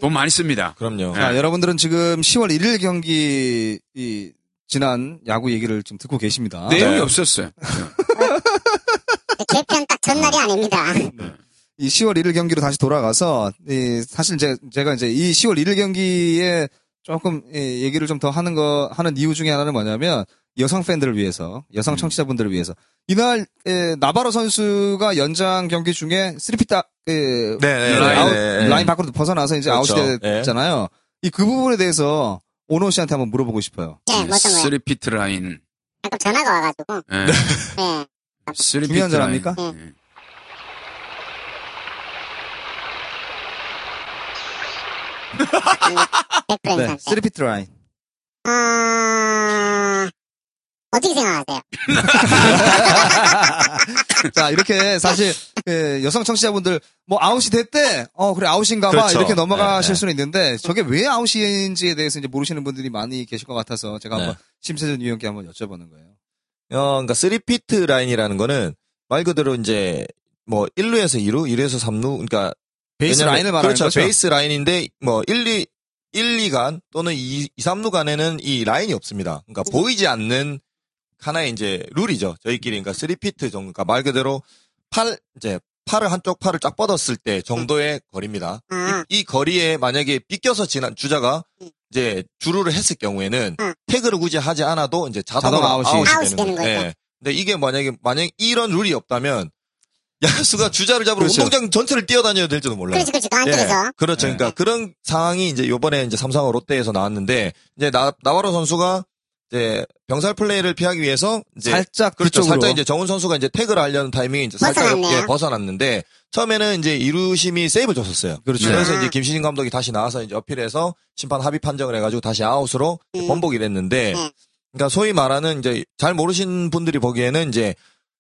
[SPEAKER 5] 돈
[SPEAKER 3] 음.
[SPEAKER 5] 많이 씁니다.
[SPEAKER 8] 그럼요
[SPEAKER 5] 네.
[SPEAKER 4] 자, 여러분들은 지금 10월 1일 경기 이 지난 야구 얘기를 지금 듣고 계십니다.
[SPEAKER 5] 내용이
[SPEAKER 8] 네.
[SPEAKER 5] 없었어요.
[SPEAKER 3] 개편 딱 전날이 아닙니다.
[SPEAKER 4] 이 10월 1일 경기로 다시 돌아가서 이 사실 제, 제가 이제 이 10월 1일 경기에 조금 이 얘기를 좀 더 하는 거 하는 이유 중에 하나는 뭐냐면 여성 팬들을 위해서
[SPEAKER 8] 음.
[SPEAKER 4] 여성 청취자분들을 위해서 이날 에, 나바로 선수가 연장 경기 중에 스리피 딱 에,
[SPEAKER 8] 네, 네,
[SPEAKER 4] 라인,
[SPEAKER 8] 네, 네.
[SPEAKER 4] 라인 밖으로 벗어나서 이제
[SPEAKER 8] 그렇죠.
[SPEAKER 4] 아웃이 됐잖아요. 이 그 부분에 대해서 오노 씨한테 한번 물어보고 싶어요.
[SPEAKER 3] 네, 뭐 어떤 거요?
[SPEAKER 5] 음, 예, 쓰리 피트 라인.
[SPEAKER 3] 가끔 전화가 와가지고.
[SPEAKER 5] 예.
[SPEAKER 3] 네.
[SPEAKER 5] 쓰리
[SPEAKER 4] 중요한
[SPEAKER 5] 피트
[SPEAKER 4] 전화입니까?
[SPEAKER 5] 라인. 예.
[SPEAKER 3] 백프렌드.
[SPEAKER 4] 네,
[SPEAKER 8] 네.
[SPEAKER 4] 스리피 트라인.
[SPEAKER 3] 아, 어떻게 생각하세요?
[SPEAKER 4] 자, 이렇게 사실 예, 여성 청취자분들 뭐 아웃이 됐대. 어, 그래 아웃인가 봐.
[SPEAKER 8] 그렇죠.
[SPEAKER 4] 이렇게 넘어가실
[SPEAKER 8] 네, 네.
[SPEAKER 4] 수는 있는데 저게 왜 아웃인지에 대해서 이제 모르시는 분들이 많이 계실 것 같아서 제가
[SPEAKER 8] 네.
[SPEAKER 4] 한번 심세준 위원께 한번 여쭤보는 거예요.
[SPEAKER 8] 어, 그러니까 3피트 라인이라는 거는 말 그대로 이제 뭐 1루에서 2루, 1루에서 3루, 그러니까
[SPEAKER 4] 베이스
[SPEAKER 8] 왜냐면-
[SPEAKER 4] 라인을 말하는
[SPEAKER 8] 그렇죠.
[SPEAKER 4] 거죠.
[SPEAKER 8] 베이스 라인인데 뭐 1, 2, 1, 2간 또는 2, 2, 3루 간에는 이 라인이 없습니다. 그러니까
[SPEAKER 4] 음.
[SPEAKER 8] 보이지 않는 하나의 이제 룰이죠. 저희끼리 그러니까 3피트 정도, 그러니까 말 그대로 팔 이제 팔을 한쪽 팔을 쫙 뻗었을 때 정도의 거리입니다.
[SPEAKER 3] 아, 네.
[SPEAKER 8] 이 거리에 만약에 삐껴서 지난 주자가 이제 주루를 했을 경우에는
[SPEAKER 3] 응.
[SPEAKER 8] 태그를 굳이 하지 않아도 이제 자동
[SPEAKER 4] 자동
[SPEAKER 8] 아웃이,
[SPEAKER 4] 아웃이
[SPEAKER 3] 아웃이 되는 거죠.
[SPEAKER 8] 예. 근데 이게 만약에 만약 이런 룰이 없다면 야수가 주자를 잡으러
[SPEAKER 4] 그렇죠.
[SPEAKER 8] 운동장 전체를 뛰어다녀야 될지도 몰라요.
[SPEAKER 3] 그렇지, 그렇지. 그 안쪽에서.
[SPEAKER 8] 네.
[SPEAKER 3] 네.
[SPEAKER 8] 예, 그렇죠. 그러니까 그런 상황이 이제 요번에 이제 삼성과 롯데에서 나왔는데 이제 나 나바로 선수가 이제 병살 플레이를 피하기 위해서 이제
[SPEAKER 4] 살짝
[SPEAKER 8] 그렇죠.
[SPEAKER 4] 뒤쪽으로.
[SPEAKER 8] 살짝 이제 정훈 선수가 이제 태그를 하려는 타이밍에 이제 살짝
[SPEAKER 3] 벗어났네요.
[SPEAKER 8] 예, 벗어났는데 처음에는 이제 이루심이 세이브를 줬었어요.
[SPEAKER 4] 그렇죠.
[SPEAKER 8] 래서
[SPEAKER 3] 아.
[SPEAKER 8] 이제 김신인 감독이 다시 나와서 이제 어필해서 심판 합의 판정을 해가지고 다시 아웃으로
[SPEAKER 3] 음.
[SPEAKER 8] 번복이 됐는데
[SPEAKER 3] 음.
[SPEAKER 8] 그러니까 소위 말하는 이제 잘 모르신 분들이 보기에는 이제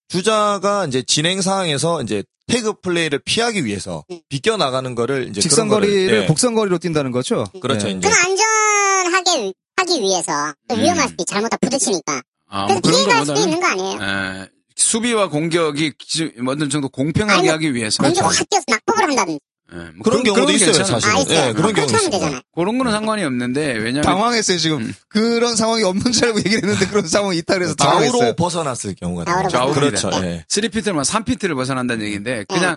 [SPEAKER 8] 주자가 이제 진행 상황에서 이제 태그 플레이를 피하기 위해서
[SPEAKER 3] 음.
[SPEAKER 8] 비껴 나가는 거를 이제 그런
[SPEAKER 4] 직선거리를
[SPEAKER 8] 거를, 예,
[SPEAKER 4] 복선거리로 뛴다는 거죠.
[SPEAKER 8] 그렇죠.
[SPEAKER 4] 네.
[SPEAKER 8] 이제
[SPEAKER 3] 그건 안전하게 하기 위해서 또
[SPEAKER 5] 음.
[SPEAKER 3] 위험할 수도 있- 잘못다 부딪히니까.
[SPEAKER 5] 아,
[SPEAKER 3] 그래서
[SPEAKER 5] 뭐 그런
[SPEAKER 3] 피해갈 수도
[SPEAKER 5] 거보다는 네,
[SPEAKER 3] 있는 거 아니에요?
[SPEAKER 5] 에, 수비와 공격이 기- 어느 정도 공평하게
[SPEAKER 3] 아니,
[SPEAKER 5] 하기 위해서
[SPEAKER 3] 공격 확 뛰어서 낙법을 한다든지.
[SPEAKER 5] 예, 뭐
[SPEAKER 8] 그런 경우도 있어요,
[SPEAKER 5] 괜찮아요.
[SPEAKER 8] 사실.
[SPEAKER 3] 아,
[SPEAKER 8] 사실은.
[SPEAKER 3] 있어요.
[SPEAKER 8] 예, 그런 경우
[SPEAKER 3] 그렇게 하면
[SPEAKER 8] 있습니다.
[SPEAKER 3] 되잖아요.
[SPEAKER 5] 그런 거는 상관이 없는데 왜냐면
[SPEAKER 4] 당황했어요 지금
[SPEAKER 5] 음.
[SPEAKER 4] 그런 상황이 없는 줄 알고 얘기를 했는데 그런 상황이 있다
[SPEAKER 8] 음.
[SPEAKER 4] 그래서 당황했어요.
[SPEAKER 8] 좌우로 벗어났을 경우가
[SPEAKER 3] 좌우로
[SPEAKER 8] 나오죠.
[SPEAKER 5] 벗어났을
[SPEAKER 8] 그렇죠.
[SPEAKER 3] 때.
[SPEAKER 8] 예.
[SPEAKER 5] 3피트만 3피트를 벗어난다는
[SPEAKER 8] 음.
[SPEAKER 5] 얘기인데 그냥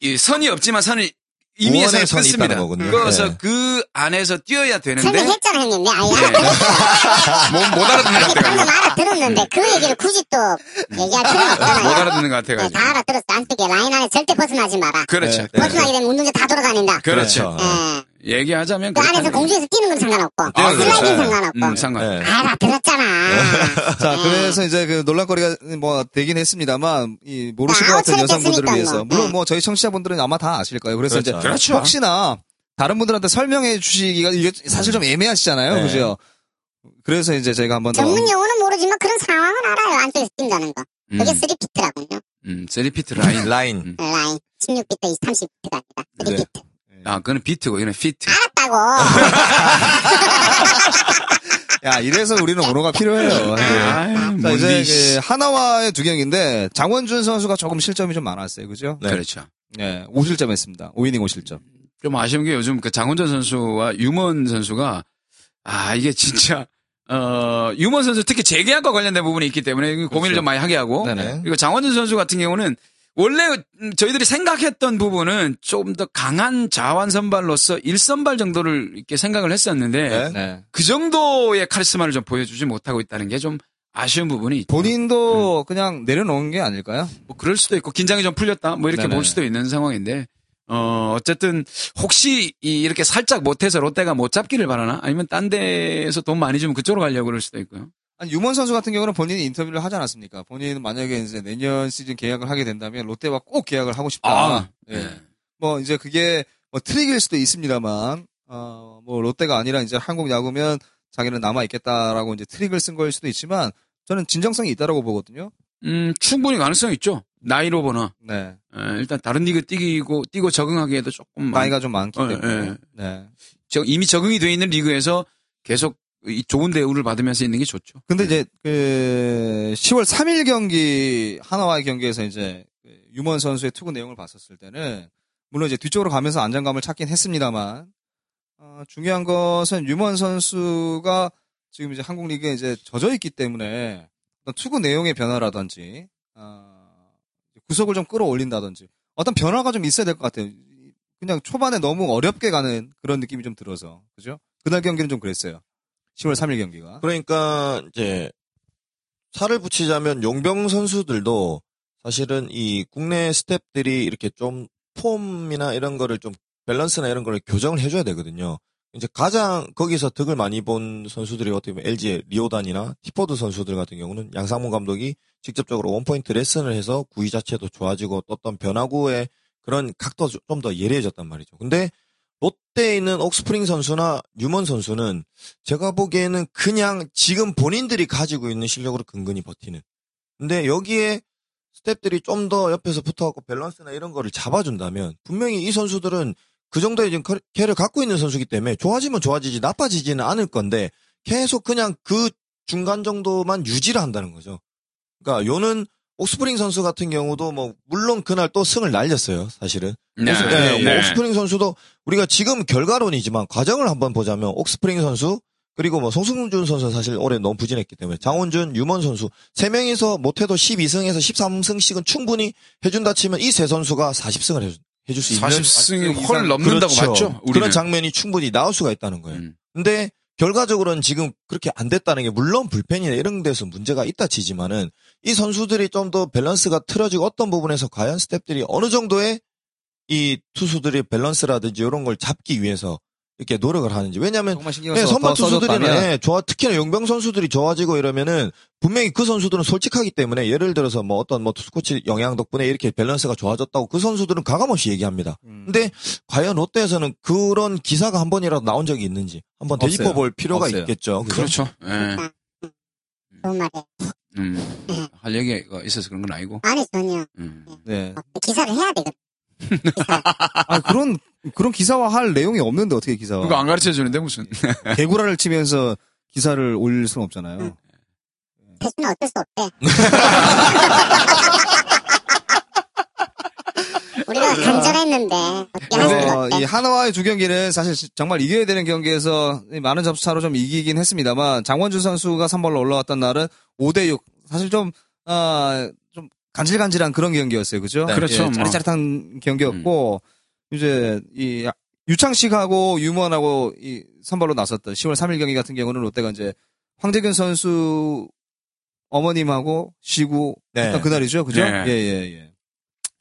[SPEAKER 5] 이 선이 없지만 선을 이미에서
[SPEAKER 8] 우원의 선이
[SPEAKER 5] 끊습니다.
[SPEAKER 8] 있다는 거군요.
[SPEAKER 5] 그래서
[SPEAKER 8] 네.
[SPEAKER 5] 그 안에서 뛰어야 되는데
[SPEAKER 3] 설명했잖아, 형님. 내 아예
[SPEAKER 5] 예. 뭐, 못 알아듣는 것
[SPEAKER 3] 아니,
[SPEAKER 5] 같아요.
[SPEAKER 3] 방금 알아들었는데 그 얘기를 굳이 또 얘기할 필요는
[SPEAKER 5] 못
[SPEAKER 3] 없잖아요.
[SPEAKER 5] 알아듣는 것
[SPEAKER 3] 네,
[SPEAKER 5] 같아가지고.
[SPEAKER 3] 다 알아들었어. 안 뜨게 라인 안에 절대 벗어나지 마라.
[SPEAKER 5] 그렇죠.
[SPEAKER 8] 네,
[SPEAKER 3] 벗어나게 되면 운동장 다 돌아다닌다.
[SPEAKER 5] 그렇죠.
[SPEAKER 8] 그렇죠.
[SPEAKER 4] 음.
[SPEAKER 3] 예.
[SPEAKER 5] 얘기하자면
[SPEAKER 3] 그 안에서
[SPEAKER 5] 그렇다는 거죠.
[SPEAKER 3] 공중에서 뛰는 건 상관없고
[SPEAKER 5] 아, 그렇죠.
[SPEAKER 3] 슬라이딩
[SPEAKER 8] 네.
[SPEAKER 3] 상관없고
[SPEAKER 5] 음, 상관.
[SPEAKER 8] 예.
[SPEAKER 3] 알아들었잖아. 네.
[SPEAKER 4] 자
[SPEAKER 8] 음.
[SPEAKER 4] 그래서 이제 그 논란거리가 뭐 되긴 했습니다만 이 모르실
[SPEAKER 3] 아,
[SPEAKER 4] 것 같은
[SPEAKER 3] 아웃사이드
[SPEAKER 4] 여성분들을
[SPEAKER 3] 했으니까
[SPEAKER 4] 위해서
[SPEAKER 3] 뭐.
[SPEAKER 4] 물론
[SPEAKER 3] 네.
[SPEAKER 4] 뭐 저희 청취자분들은 아마 다 아실 거예요. 그래서
[SPEAKER 8] 그렇죠.
[SPEAKER 4] 이제
[SPEAKER 5] 그렇죠.
[SPEAKER 4] 혹시나 다른 분들한테 설명해 주시기가 이게 사실 좀 애매하시잖아요,
[SPEAKER 8] 네.
[SPEAKER 4] 그죠? 그래서 이제 저희가 한번 더
[SPEAKER 3] 전문 용어는 모르지만 그런 상황은 알아요. 안쪽에서 뛴다는 거.
[SPEAKER 5] 음,
[SPEAKER 3] 그게 3피트라군요.
[SPEAKER 5] 음, 3피트 라인.
[SPEAKER 8] 라인.
[SPEAKER 4] 음.
[SPEAKER 3] 라인 16피트, 30피트가 아니라 3피트.
[SPEAKER 8] 네.
[SPEAKER 5] 아, 그건 비트고, 이건 피트.
[SPEAKER 3] 알았다고.
[SPEAKER 4] 야 이래서 우리는 언어가 필요해요. 예.
[SPEAKER 5] 아유,
[SPEAKER 4] 자,
[SPEAKER 5] 뭔
[SPEAKER 4] 이제
[SPEAKER 5] 이-
[SPEAKER 4] 그 하나와의 두 경기인데 장원준 선수가 조금 실점이 좀 많았어요, 그죠?
[SPEAKER 8] 네.
[SPEAKER 5] 그렇죠.
[SPEAKER 4] 네, 5실점 했습니다. 5이닝 5실점.
[SPEAKER 5] 좀 아쉬운 게 요즘 그 장훈전 선수와 유먼 선수가 아 이게 진짜 어 유먼 선수 특히 재계약과 관련된 부분이 있기 때문에 고민을 좀 많이 하게 하고
[SPEAKER 8] 그렇죠. 네네.
[SPEAKER 5] 그리고 장원준 선수 같은 경우는 원래 음, 저희들이 생각했던 부분은 좀 더 강한 자완 선발로서 일선발 정도를 이렇게 생각을 했었는데
[SPEAKER 8] 네.
[SPEAKER 4] 네.
[SPEAKER 5] 그 정도의 카리스마를 좀 보여주지 못하고 있다는 게 좀 아쉬운 부분이 있죠.
[SPEAKER 8] 음.
[SPEAKER 4] 본인도 그냥 내려놓은 게 아닐까요?
[SPEAKER 5] 뭐 그럴 수도 있고 긴장이 좀 풀렸다 뭐 이렇게
[SPEAKER 4] 네네.
[SPEAKER 5] 볼 수도 있는 상황인데 어 어쨌든 혹시 이- 이렇게 살짝 못해서 롯데가 못 잡기를 바라나 아니면 딴 데에서 돈 많이 주면 그쪽으로 가려고 그럴 수도 있고요.
[SPEAKER 4] 아니, 유먼 선수 같은 경우는 본인이 인터뷰를 하지 않았습니까? 본인은 만약에 이제 내년 시즌 계약을 하게 된다면 롯데와 꼭 계약을 하고 싶다. 예.
[SPEAKER 5] 네.
[SPEAKER 4] 뭐 이제 그게 뭐 트릭일 수도 있습니다만, 어, 뭐 롯데가 아니라 이제 한국 야구면 자기는 남아 있겠다라고 이제 트릭을 쓴 거일 수도 있지만 저는 진정성이 있다라고 보거든요.
[SPEAKER 5] 음 충분히 가능성이 있죠. 나이로 보나
[SPEAKER 4] 네.
[SPEAKER 5] 예, 일단 다른 리그 뛰고 뛰고 적응하기에도 조금 많이-
[SPEAKER 4] 나이가 좀 많기
[SPEAKER 5] 어,
[SPEAKER 4] 때문에.
[SPEAKER 5] 예.
[SPEAKER 4] 네.
[SPEAKER 5] 저- 이미 적응이 돼 있는 리그에서 계속 이 좋은 대우를 받으면서 있는 게 좋죠.
[SPEAKER 4] 근데 이제 그 10월 3일 경기 하나와의 경기에서 이제 그 유먼 선수의 투구 내용을 봤었을 때는 물론 이제 뒤쪽으로 가면서 안정감을 찾긴 했습니다만 어, 중요한 것은 유먼 선수가 지금 이제 한국 리그에 이제 젖어 있기 때문에 어떤 투구 내용의 변화라든지 어, 구속을 좀 끌어올린다든지 어떤 변화가 좀 있어야 될 것 같아요. 그냥 초반에 너무 어렵게 가는 그런 느낌이 좀 들어서 그죠? 그날 경기는 좀 그랬어요. 10월 3일 경기가.
[SPEAKER 8] 그러니까 이제 살을 붙이자면 용병 선수들도 사실은 이 국내 스탭들이 이렇게 좀 폼이나 이런 거를 좀 밸런스나 이런 거를 교정을 해줘야 되거든요. 이제 가장 거기서 득을 많이 본 선수들이 어떻게 보면 LG의 리오단이나 티포드 선수들 같은 경우는 양상문 감독이 직접적으로 원포인트 레슨을 해서 구위 자체도 좋아지고 또 어떤 변화구의 그런 각도 좀 더 예리해졌단 말이죠. 근데 롯데에 있는 옥스프링 선수나 유먼 선수는 제가 보기에는 그냥 지금 본인들이 가지고 있는 실력으로 근근히 버티는. 근데 여기에 스텝들이 좀 더 옆에서 붙어갖고 밸런스나 이런 거를 잡아준다면 분명히 이 선수들은 그 정도의 지금 커- 캐를 갖고 있는 선수기 때문에 좋아지면 좋아지지 나빠지지는 않을 건데 계속 그냥 그 중간 정도만 유지를 한다는 거죠. 그러니까 요는 옥스프링 선수 같은 경우도 뭐 물론 그날 또 승을 날렸어요 사실은.
[SPEAKER 5] 네,
[SPEAKER 8] 옥스-
[SPEAKER 5] 네,
[SPEAKER 8] 네, 뭐
[SPEAKER 5] 네.
[SPEAKER 8] 옥스프링 선수도 우리가 지금 결과론이지만 과정을 한번 보자면 옥스프링 선수 그리고 뭐 송승준 선수는 사실 올해 너무 부진했기 때문에 장원준, 유먼 선수 세 명이서 못해도 12승에서 13승씩은 충분히 해준다 치면 이 세 선수가 40승을 해줄, 해줄 수 있는 그렇죠.
[SPEAKER 5] 40승이 훨 그렇죠. 넘는다고 맞죠? 우리는.
[SPEAKER 8] 그런 장면이 충분히 나올 수가 있다는 거예요.
[SPEAKER 5] 음.
[SPEAKER 8] 근데 결과적으로는 지금 그렇게 안 됐다는 게 물론 불펜이나 이런 데서 문제가 있다 치지만은 이 선수들이 좀 더 밸런스가 틀어지고 어떤 부분에서 과연 스텝들이 어느 정도의 이 투수들의 밸런스라든지 이런 걸 잡기 위해서 이렇게 노력을 하는지 왜냐하면
[SPEAKER 4] 정말 신경
[SPEAKER 8] 네,
[SPEAKER 4] 써서
[SPEAKER 8] 선발
[SPEAKER 4] 더
[SPEAKER 8] 투수들이
[SPEAKER 4] 써줬다면
[SPEAKER 8] 네, 좋아 특히나 용병 선수들이 좋아지고 이러면은 분명히 그 선수들은 솔직하기 때문에 예를 들어서 뭐 어떤 뭐 투수 코치 영향 덕분에 이렇게 밸런스가 좋아졌다고 그 선수들은 가감없이 얘기합니다.
[SPEAKER 4] 음.
[SPEAKER 8] 근데 과연 롯데에서는 그런 기사가 한 번이라도 나온 적이 있는지 한번 되짚어 볼 필요가
[SPEAKER 4] 없어요.
[SPEAKER 8] 있겠죠. 그죠?
[SPEAKER 5] 그렇죠. 예.
[SPEAKER 3] 좋은 말이에요.
[SPEAKER 5] 음. 할 얘기가 있어서 그런 건 아니고.
[SPEAKER 3] 아니, 전혀.
[SPEAKER 5] 음.
[SPEAKER 4] 네.
[SPEAKER 3] 기사를 해야 되거든.
[SPEAKER 4] 아 그런 그런 기사화할 내용이 없는데 어떻게 기사화?
[SPEAKER 5] 그거 안 가르쳐 주는데 무슨.
[SPEAKER 4] 개구라를 치면서 기사를 올릴 수는 없잖아요.
[SPEAKER 3] 대수는 어쩔 수 없대. 우리가 간절했는데, 어떻게 할 수가
[SPEAKER 4] 그래서 아.
[SPEAKER 3] 없대.
[SPEAKER 4] 네, 이 한화와의 두 경기는 사실 시- 정말 이겨야 되는 경기에서 많은 점수차로 좀 이기긴 했습니다만 장원준 선수가 3벌로 올라왔던 날은 5대6 사실 좀, 아, 좀 간질간질한 그런 경기였어요. 그죠? 예,
[SPEAKER 5] 네. 그렇죠, 음. 뭐.
[SPEAKER 4] 짜릿짜릿한 경기였고 이제 이 유창식하고 유먼하고 이 선발로 나섰던 10월 3일 경기 같은 경우는 롯데가 이제 황재균 선수 어머님하고 쉬고
[SPEAKER 8] 네.
[SPEAKER 4] 했던 그날이죠. 그죠?
[SPEAKER 5] 네.
[SPEAKER 4] 예, 예, 예.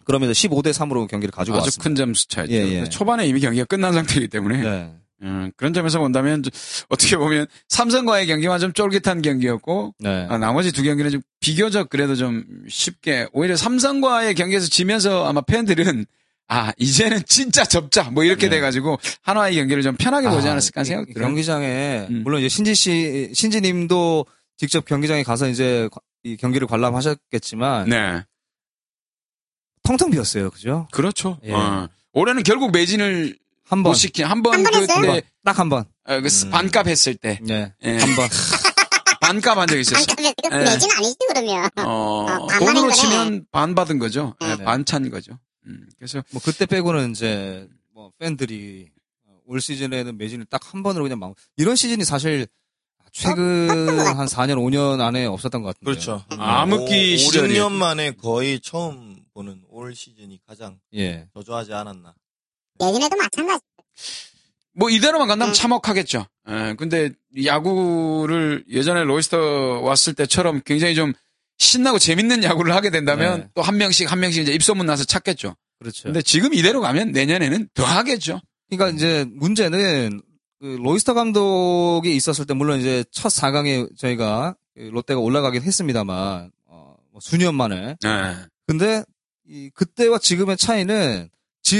[SPEAKER 4] 그러면서 15대 3으로 경기를 가지고
[SPEAKER 5] 아주
[SPEAKER 4] 왔습니다.
[SPEAKER 5] 큰 점수 차이죠.
[SPEAKER 4] 예, 예.
[SPEAKER 5] 근데 초반에 이미 경기가 끝난 상태이기 때문에
[SPEAKER 4] 네.
[SPEAKER 5] 음, 그런 점에서 본다면 저- 어떻게 보면 삼성과의 경기만 좀 쫄깃한 경기였고
[SPEAKER 4] 네.
[SPEAKER 5] 아, 나머지 두 경기는 좀 비교적 그래도 좀 쉽게 오히려 삼성과의 경기에서 지면서 아마 팬들은 아 이제는 진짜 접자 뭐 이렇게 돼가지고 한화의 경기를 좀 편하게 보지 않았을까 하는 생각
[SPEAKER 4] 아, 이- 이
[SPEAKER 5] 들어요.
[SPEAKER 4] 경기장에
[SPEAKER 5] 음.
[SPEAKER 4] 물론 이제 신지 씨 신지님도 직접 경기장에 가서 이제 과- 이 경기를 관람하셨겠지만
[SPEAKER 5] 네,
[SPEAKER 4] 텅텅 비었어요, 그죠?
[SPEAKER 5] 그렇죠.
[SPEAKER 4] 예.
[SPEAKER 5] 어. 올해는 결국 매진을
[SPEAKER 4] 한 번,
[SPEAKER 5] 못 시킨 한번
[SPEAKER 3] 한번 했어요? 네.
[SPEAKER 5] 그때
[SPEAKER 4] 딱 한 번.
[SPEAKER 5] 어, 그 스-
[SPEAKER 8] 음.
[SPEAKER 5] 반값 했을 때
[SPEAKER 4] 네.
[SPEAKER 5] 예.
[SPEAKER 4] 한 번.
[SPEAKER 5] 반값 한 적이 있었어. 요
[SPEAKER 3] 잠깐만,
[SPEAKER 5] 예.
[SPEAKER 3] 아, 그거 내진 아니지, 그러면.
[SPEAKER 5] 어,
[SPEAKER 3] 어, 반만
[SPEAKER 5] 돈으로
[SPEAKER 3] 한 거네.
[SPEAKER 5] 치면 반 받은 거죠. 예,
[SPEAKER 4] 네.
[SPEAKER 5] 반찬 거죠. 음, 그래서
[SPEAKER 4] 뭐 그때 빼고는 이제 뭐 팬들이 올 시즌에는 매진을 딱 한 번으로 그냥 막 이런 시즌이 사실 최근 한 4년, 5년 안에 없었던 것 같은데.
[SPEAKER 8] 그렇죠.
[SPEAKER 5] 음. 암흑기 시절이-
[SPEAKER 8] 5년 만에 거의 처음 보는 올 시즌이 가장
[SPEAKER 4] 예.
[SPEAKER 8] 저조하지 않았나.
[SPEAKER 3] 예진에도 마찬가지.
[SPEAKER 5] 뭐 이대로만 간다면
[SPEAKER 3] 음.
[SPEAKER 5] 참혹하겠죠. 예, 근데 야구를 예전에 로이스터 왔을 때처럼 굉장히 좀 신나고 재밌는 야구를 하게 된다면
[SPEAKER 4] 네.
[SPEAKER 5] 또 한 명씩 한 명씩 이제 입소문 나서 찾겠죠.
[SPEAKER 4] 그렇죠.
[SPEAKER 5] 근데 지금 이대로 가면 내년에는 더 하겠죠.
[SPEAKER 4] 그러니까 이제 문제는 그 로이스터 감독이 있었을 때 물론 이제 첫 4강에 저희가 그 롯데가 올라가긴 했습니다만 어, 뭐 수년 만에
[SPEAKER 5] 예,
[SPEAKER 4] 근데 이 그때와 지금의 차이는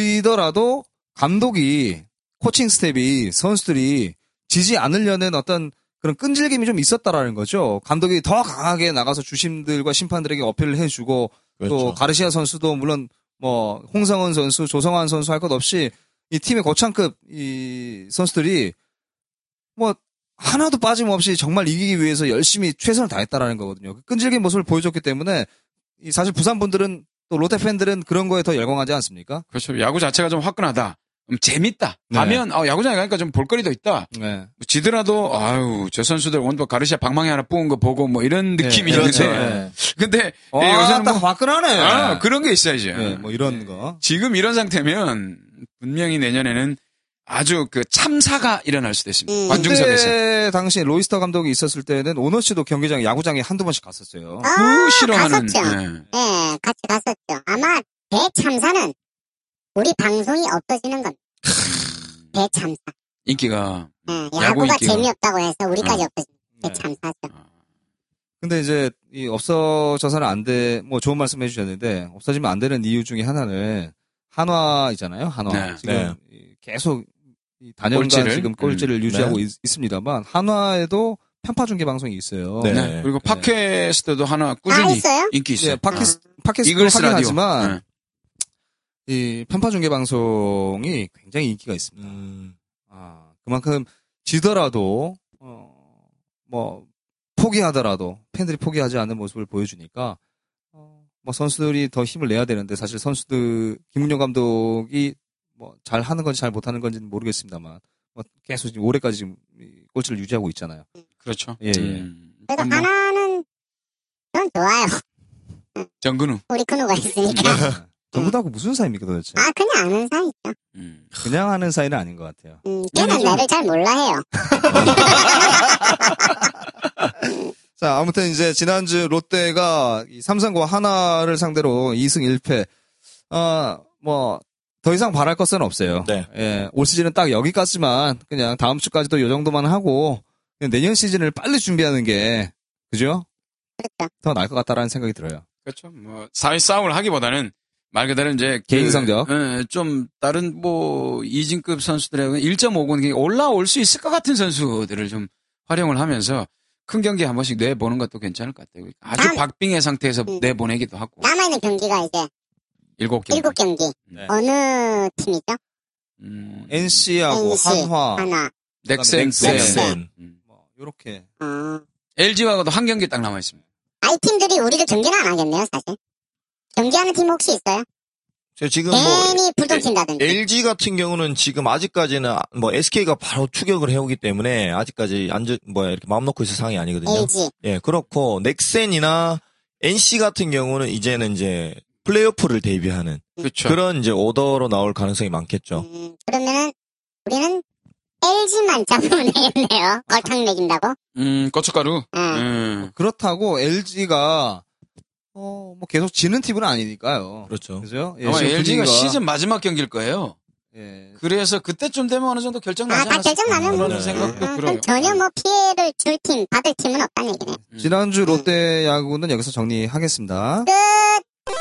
[SPEAKER 4] 지더라도 감독이 코칭 스텝이 선수들이 지지 않으려는 어떤 그런 끈질김이 좀 있었다라는 거죠. 감독이 더 강하게 나가서 주심들과 심판들에게 어필을 해주고 또
[SPEAKER 8] 그렇죠.
[SPEAKER 4] 가르시아 선수도 물론 뭐 홍성은 선수, 조성환 선수 할 것 없이 이 팀의 거창급 이 선수들이 뭐 하나도 빠짐없이 정말 이기기 위해서 열심히 최선을 다했다라는 거거든요. 그 끈질긴 모습을 보여줬기 때문에 이 사실 부산 분들은 또 롯데 팬들은 그런 거에 더 열광하지 않습니까?
[SPEAKER 5] 그렇죠. 야구 자체가 좀 화끈하다. 음, 재밌다.
[SPEAKER 4] 네.
[SPEAKER 5] 가면 아, 야구장에 가니까 좀 볼거리도 있다.
[SPEAKER 4] 네.
[SPEAKER 5] 뭐 지더라도 아유 저 선수들 원도 가르시아 방망이 하나 뽑은 거 보고 뭐 이런 느낌이
[SPEAKER 4] 그렇죠.
[SPEAKER 5] 있는데
[SPEAKER 4] 네.
[SPEAKER 5] 근데
[SPEAKER 4] 어,
[SPEAKER 5] 예, 요새는
[SPEAKER 4] 딱
[SPEAKER 5] 뭐-
[SPEAKER 4] 화끈하네.
[SPEAKER 5] 아, 그런 게 있어야지.
[SPEAKER 4] 네, 뭐 이런 거.
[SPEAKER 5] 지금 이런 상태면 분명히 내년에는 아주 그 참사가 일어날 수도 있습니다.
[SPEAKER 3] 음.
[SPEAKER 5] 관중석에서.
[SPEAKER 4] 그때 당시 로이스터 감독이 있었을 때는 오너 씨도 경기장, 야구장에 한두 번씩 갔었어요.
[SPEAKER 3] 아,
[SPEAKER 5] 그 싫어하는.
[SPEAKER 3] 갔었죠.
[SPEAKER 5] 예.
[SPEAKER 3] 예, 같이 갔었죠. 아마 대참사는 우리 방송이 없어지는 겁니다. 대참사.
[SPEAKER 5] 인기가.
[SPEAKER 3] 예,
[SPEAKER 5] 야구
[SPEAKER 3] 야구가
[SPEAKER 5] 인기가.
[SPEAKER 3] 재미없다고 해서 우리까지
[SPEAKER 5] 어.
[SPEAKER 3] 없어진
[SPEAKER 8] 네.
[SPEAKER 4] 네.
[SPEAKER 3] 대참사죠.
[SPEAKER 4] 근데 이제 이 없어져서는 안 돼. 뭐 좋은 말씀 해주셨는데 없어지면 안 되는 이유 중에 하나는 한화 있잖아요. 한화
[SPEAKER 5] 네.
[SPEAKER 4] 지금
[SPEAKER 8] 네.
[SPEAKER 4] 이 계속 이 단연간
[SPEAKER 5] 꼴찌를? 음.
[SPEAKER 4] 지금 꼴찌를 유지하고
[SPEAKER 8] 네.
[SPEAKER 4] 있, 습니다만 한화에도 편파 중계 방송이 있어요.
[SPEAKER 8] 네.
[SPEAKER 5] 네. 그리고 팟캐스트도 하나
[SPEAKER 3] 아,
[SPEAKER 5] 꾸준히
[SPEAKER 3] 있어요?
[SPEAKER 5] 인기 있어요.
[SPEAKER 4] 예, 팟캐스, 팟캐스트도
[SPEAKER 5] 이글스
[SPEAKER 4] 하긴
[SPEAKER 5] 라디오.
[SPEAKER 4] 하지만
[SPEAKER 5] 네.
[SPEAKER 4] 이 편파 중계 방송이 굉장히 인기가 있습니다.
[SPEAKER 8] 음,
[SPEAKER 4] 아, 그만큼 지더라도 어, 뭐 포기하더라도 팬들이 포기하지 않는 모습을 보여주니까 어, 뭐 선수들이 더 힘을 내야 되는데 사실 선수들 김문영 감독이 뭐 잘 하는 건지 잘 못하는 건지는 모르겠습니다만 뭐 계속 지금 올해까지 지금 이 꼴찌를 유지하고 있잖아요.
[SPEAKER 5] 그렇죠.
[SPEAKER 4] 예, 예.
[SPEAKER 5] 음.
[SPEAKER 3] 그래도
[SPEAKER 5] 뭐,
[SPEAKER 3] 하나는 넌 좋아요.
[SPEAKER 5] 정근우.
[SPEAKER 3] 우리 큰우가 있으니까.
[SPEAKER 4] 네. 전부다하고 그 무슨 사이입니까 도대체?
[SPEAKER 3] 아 그냥 아는 사이.
[SPEAKER 5] 음.
[SPEAKER 4] 그냥 하는 사이는 아닌 것 같아요.
[SPEAKER 3] 음, 걔는
[SPEAKER 5] 얘는
[SPEAKER 3] 나를 잘 몰라 해요.
[SPEAKER 4] 자, 아무튼 이제 지난주 롯데가 이 삼성과 하나를 상대로 2승 1패. 아, 뭐, 더 이상 바랄 것은 없어요.
[SPEAKER 8] 네.
[SPEAKER 4] 예, 올 시즌은 딱 여기까지만 그냥 다음 주까지도 요 정도만 하고 그냥 내년 시즌을 빨리 준비하는 게 그죠?
[SPEAKER 3] 그렇죠.
[SPEAKER 4] 더 나을 것 같다라는 생각이 들어요.
[SPEAKER 5] 그렇죠. 뭐 사회 싸움을 하기보다는 말 그대로 이제
[SPEAKER 4] 개인
[SPEAKER 5] 그,
[SPEAKER 4] 성적.
[SPEAKER 5] 예, 좀 다른 뭐 이진급 선수들하고 1.5군 올라올 수 있을 것 같은 선수들을 좀 활용을 하면서 큰 경기 한 번씩 내보는 것도 괜찮을 것 같아요. 아주
[SPEAKER 3] 난-
[SPEAKER 5] 박빙의 상태에서
[SPEAKER 3] 음.
[SPEAKER 5] 내보내기도 하고
[SPEAKER 3] 남아있는 경기가 이제
[SPEAKER 5] 일곱 경기.
[SPEAKER 3] 일곱 경기.
[SPEAKER 5] 네.
[SPEAKER 3] 어느 팀이죠?
[SPEAKER 5] 음,
[SPEAKER 4] NC하고
[SPEAKER 3] NC,
[SPEAKER 4] 한화,
[SPEAKER 3] 하나.
[SPEAKER 5] 넥센,
[SPEAKER 4] 넥센.
[SPEAKER 5] 넥센.
[SPEAKER 8] 넥센.
[SPEAKER 5] 음.
[SPEAKER 4] 뭐 요렇게
[SPEAKER 3] 어.
[SPEAKER 5] LG와도 한 경기 딱 남아 있습니다.
[SPEAKER 3] 아, 이 팀들이 우리도 경기는 안 하겠네요, 사실. 경기하는 팀 혹시 있어요?
[SPEAKER 8] 저 지금 뭐
[SPEAKER 3] 괜히 불똥친다든지.
[SPEAKER 8] LG 같은 경우는 지금 아직까지는 뭐 SK가 바로 추격을 해오기 때문에 아직까지 안전 뭐야 이렇게 마음 놓고 있을 상황이 아니거든요.
[SPEAKER 3] LG.
[SPEAKER 8] 예, 그렇고 넥센이나 NC 같은 경우는 이제는 이제 플레이오프를 대비하는
[SPEAKER 5] 그렇죠.
[SPEAKER 8] 그런 이제 오더로 나올 가능성이 많겠죠.
[SPEAKER 3] 음, 그러면은 우리는 LG만 잡으면 되겠네요. 걸탕 먹인다고. 예.
[SPEAKER 5] 음, 고춧가루.
[SPEAKER 3] 응.
[SPEAKER 5] 음.
[SPEAKER 4] 그렇다고 LG가 어 뭐 계속 지는 팀은 아니니까요.
[SPEAKER 8] 그렇죠.
[SPEAKER 4] 그죠? 예,
[SPEAKER 5] 아마
[SPEAKER 4] 지금
[SPEAKER 5] LG가
[SPEAKER 4] 분위기가-
[SPEAKER 5] 시즌 마지막 경기일 거예요.
[SPEAKER 4] 예,
[SPEAKER 5] 그래서 그때쯤 되면 어느 정도 결정
[SPEAKER 3] 아,
[SPEAKER 5] 나지
[SPEAKER 3] 딱
[SPEAKER 5] 않았을까?
[SPEAKER 3] 결정 나면 뭐.
[SPEAKER 5] 그런
[SPEAKER 8] 네.
[SPEAKER 5] 생각도
[SPEAKER 3] 아,
[SPEAKER 5] 들어요.
[SPEAKER 3] 그럼 전혀 뭐 피해를 줄 팀, 받을 팀은 없다는 얘기네.
[SPEAKER 5] 음.
[SPEAKER 4] 지난주 롯데 야구는 여기서 정리하겠습니다.
[SPEAKER 3] 끝!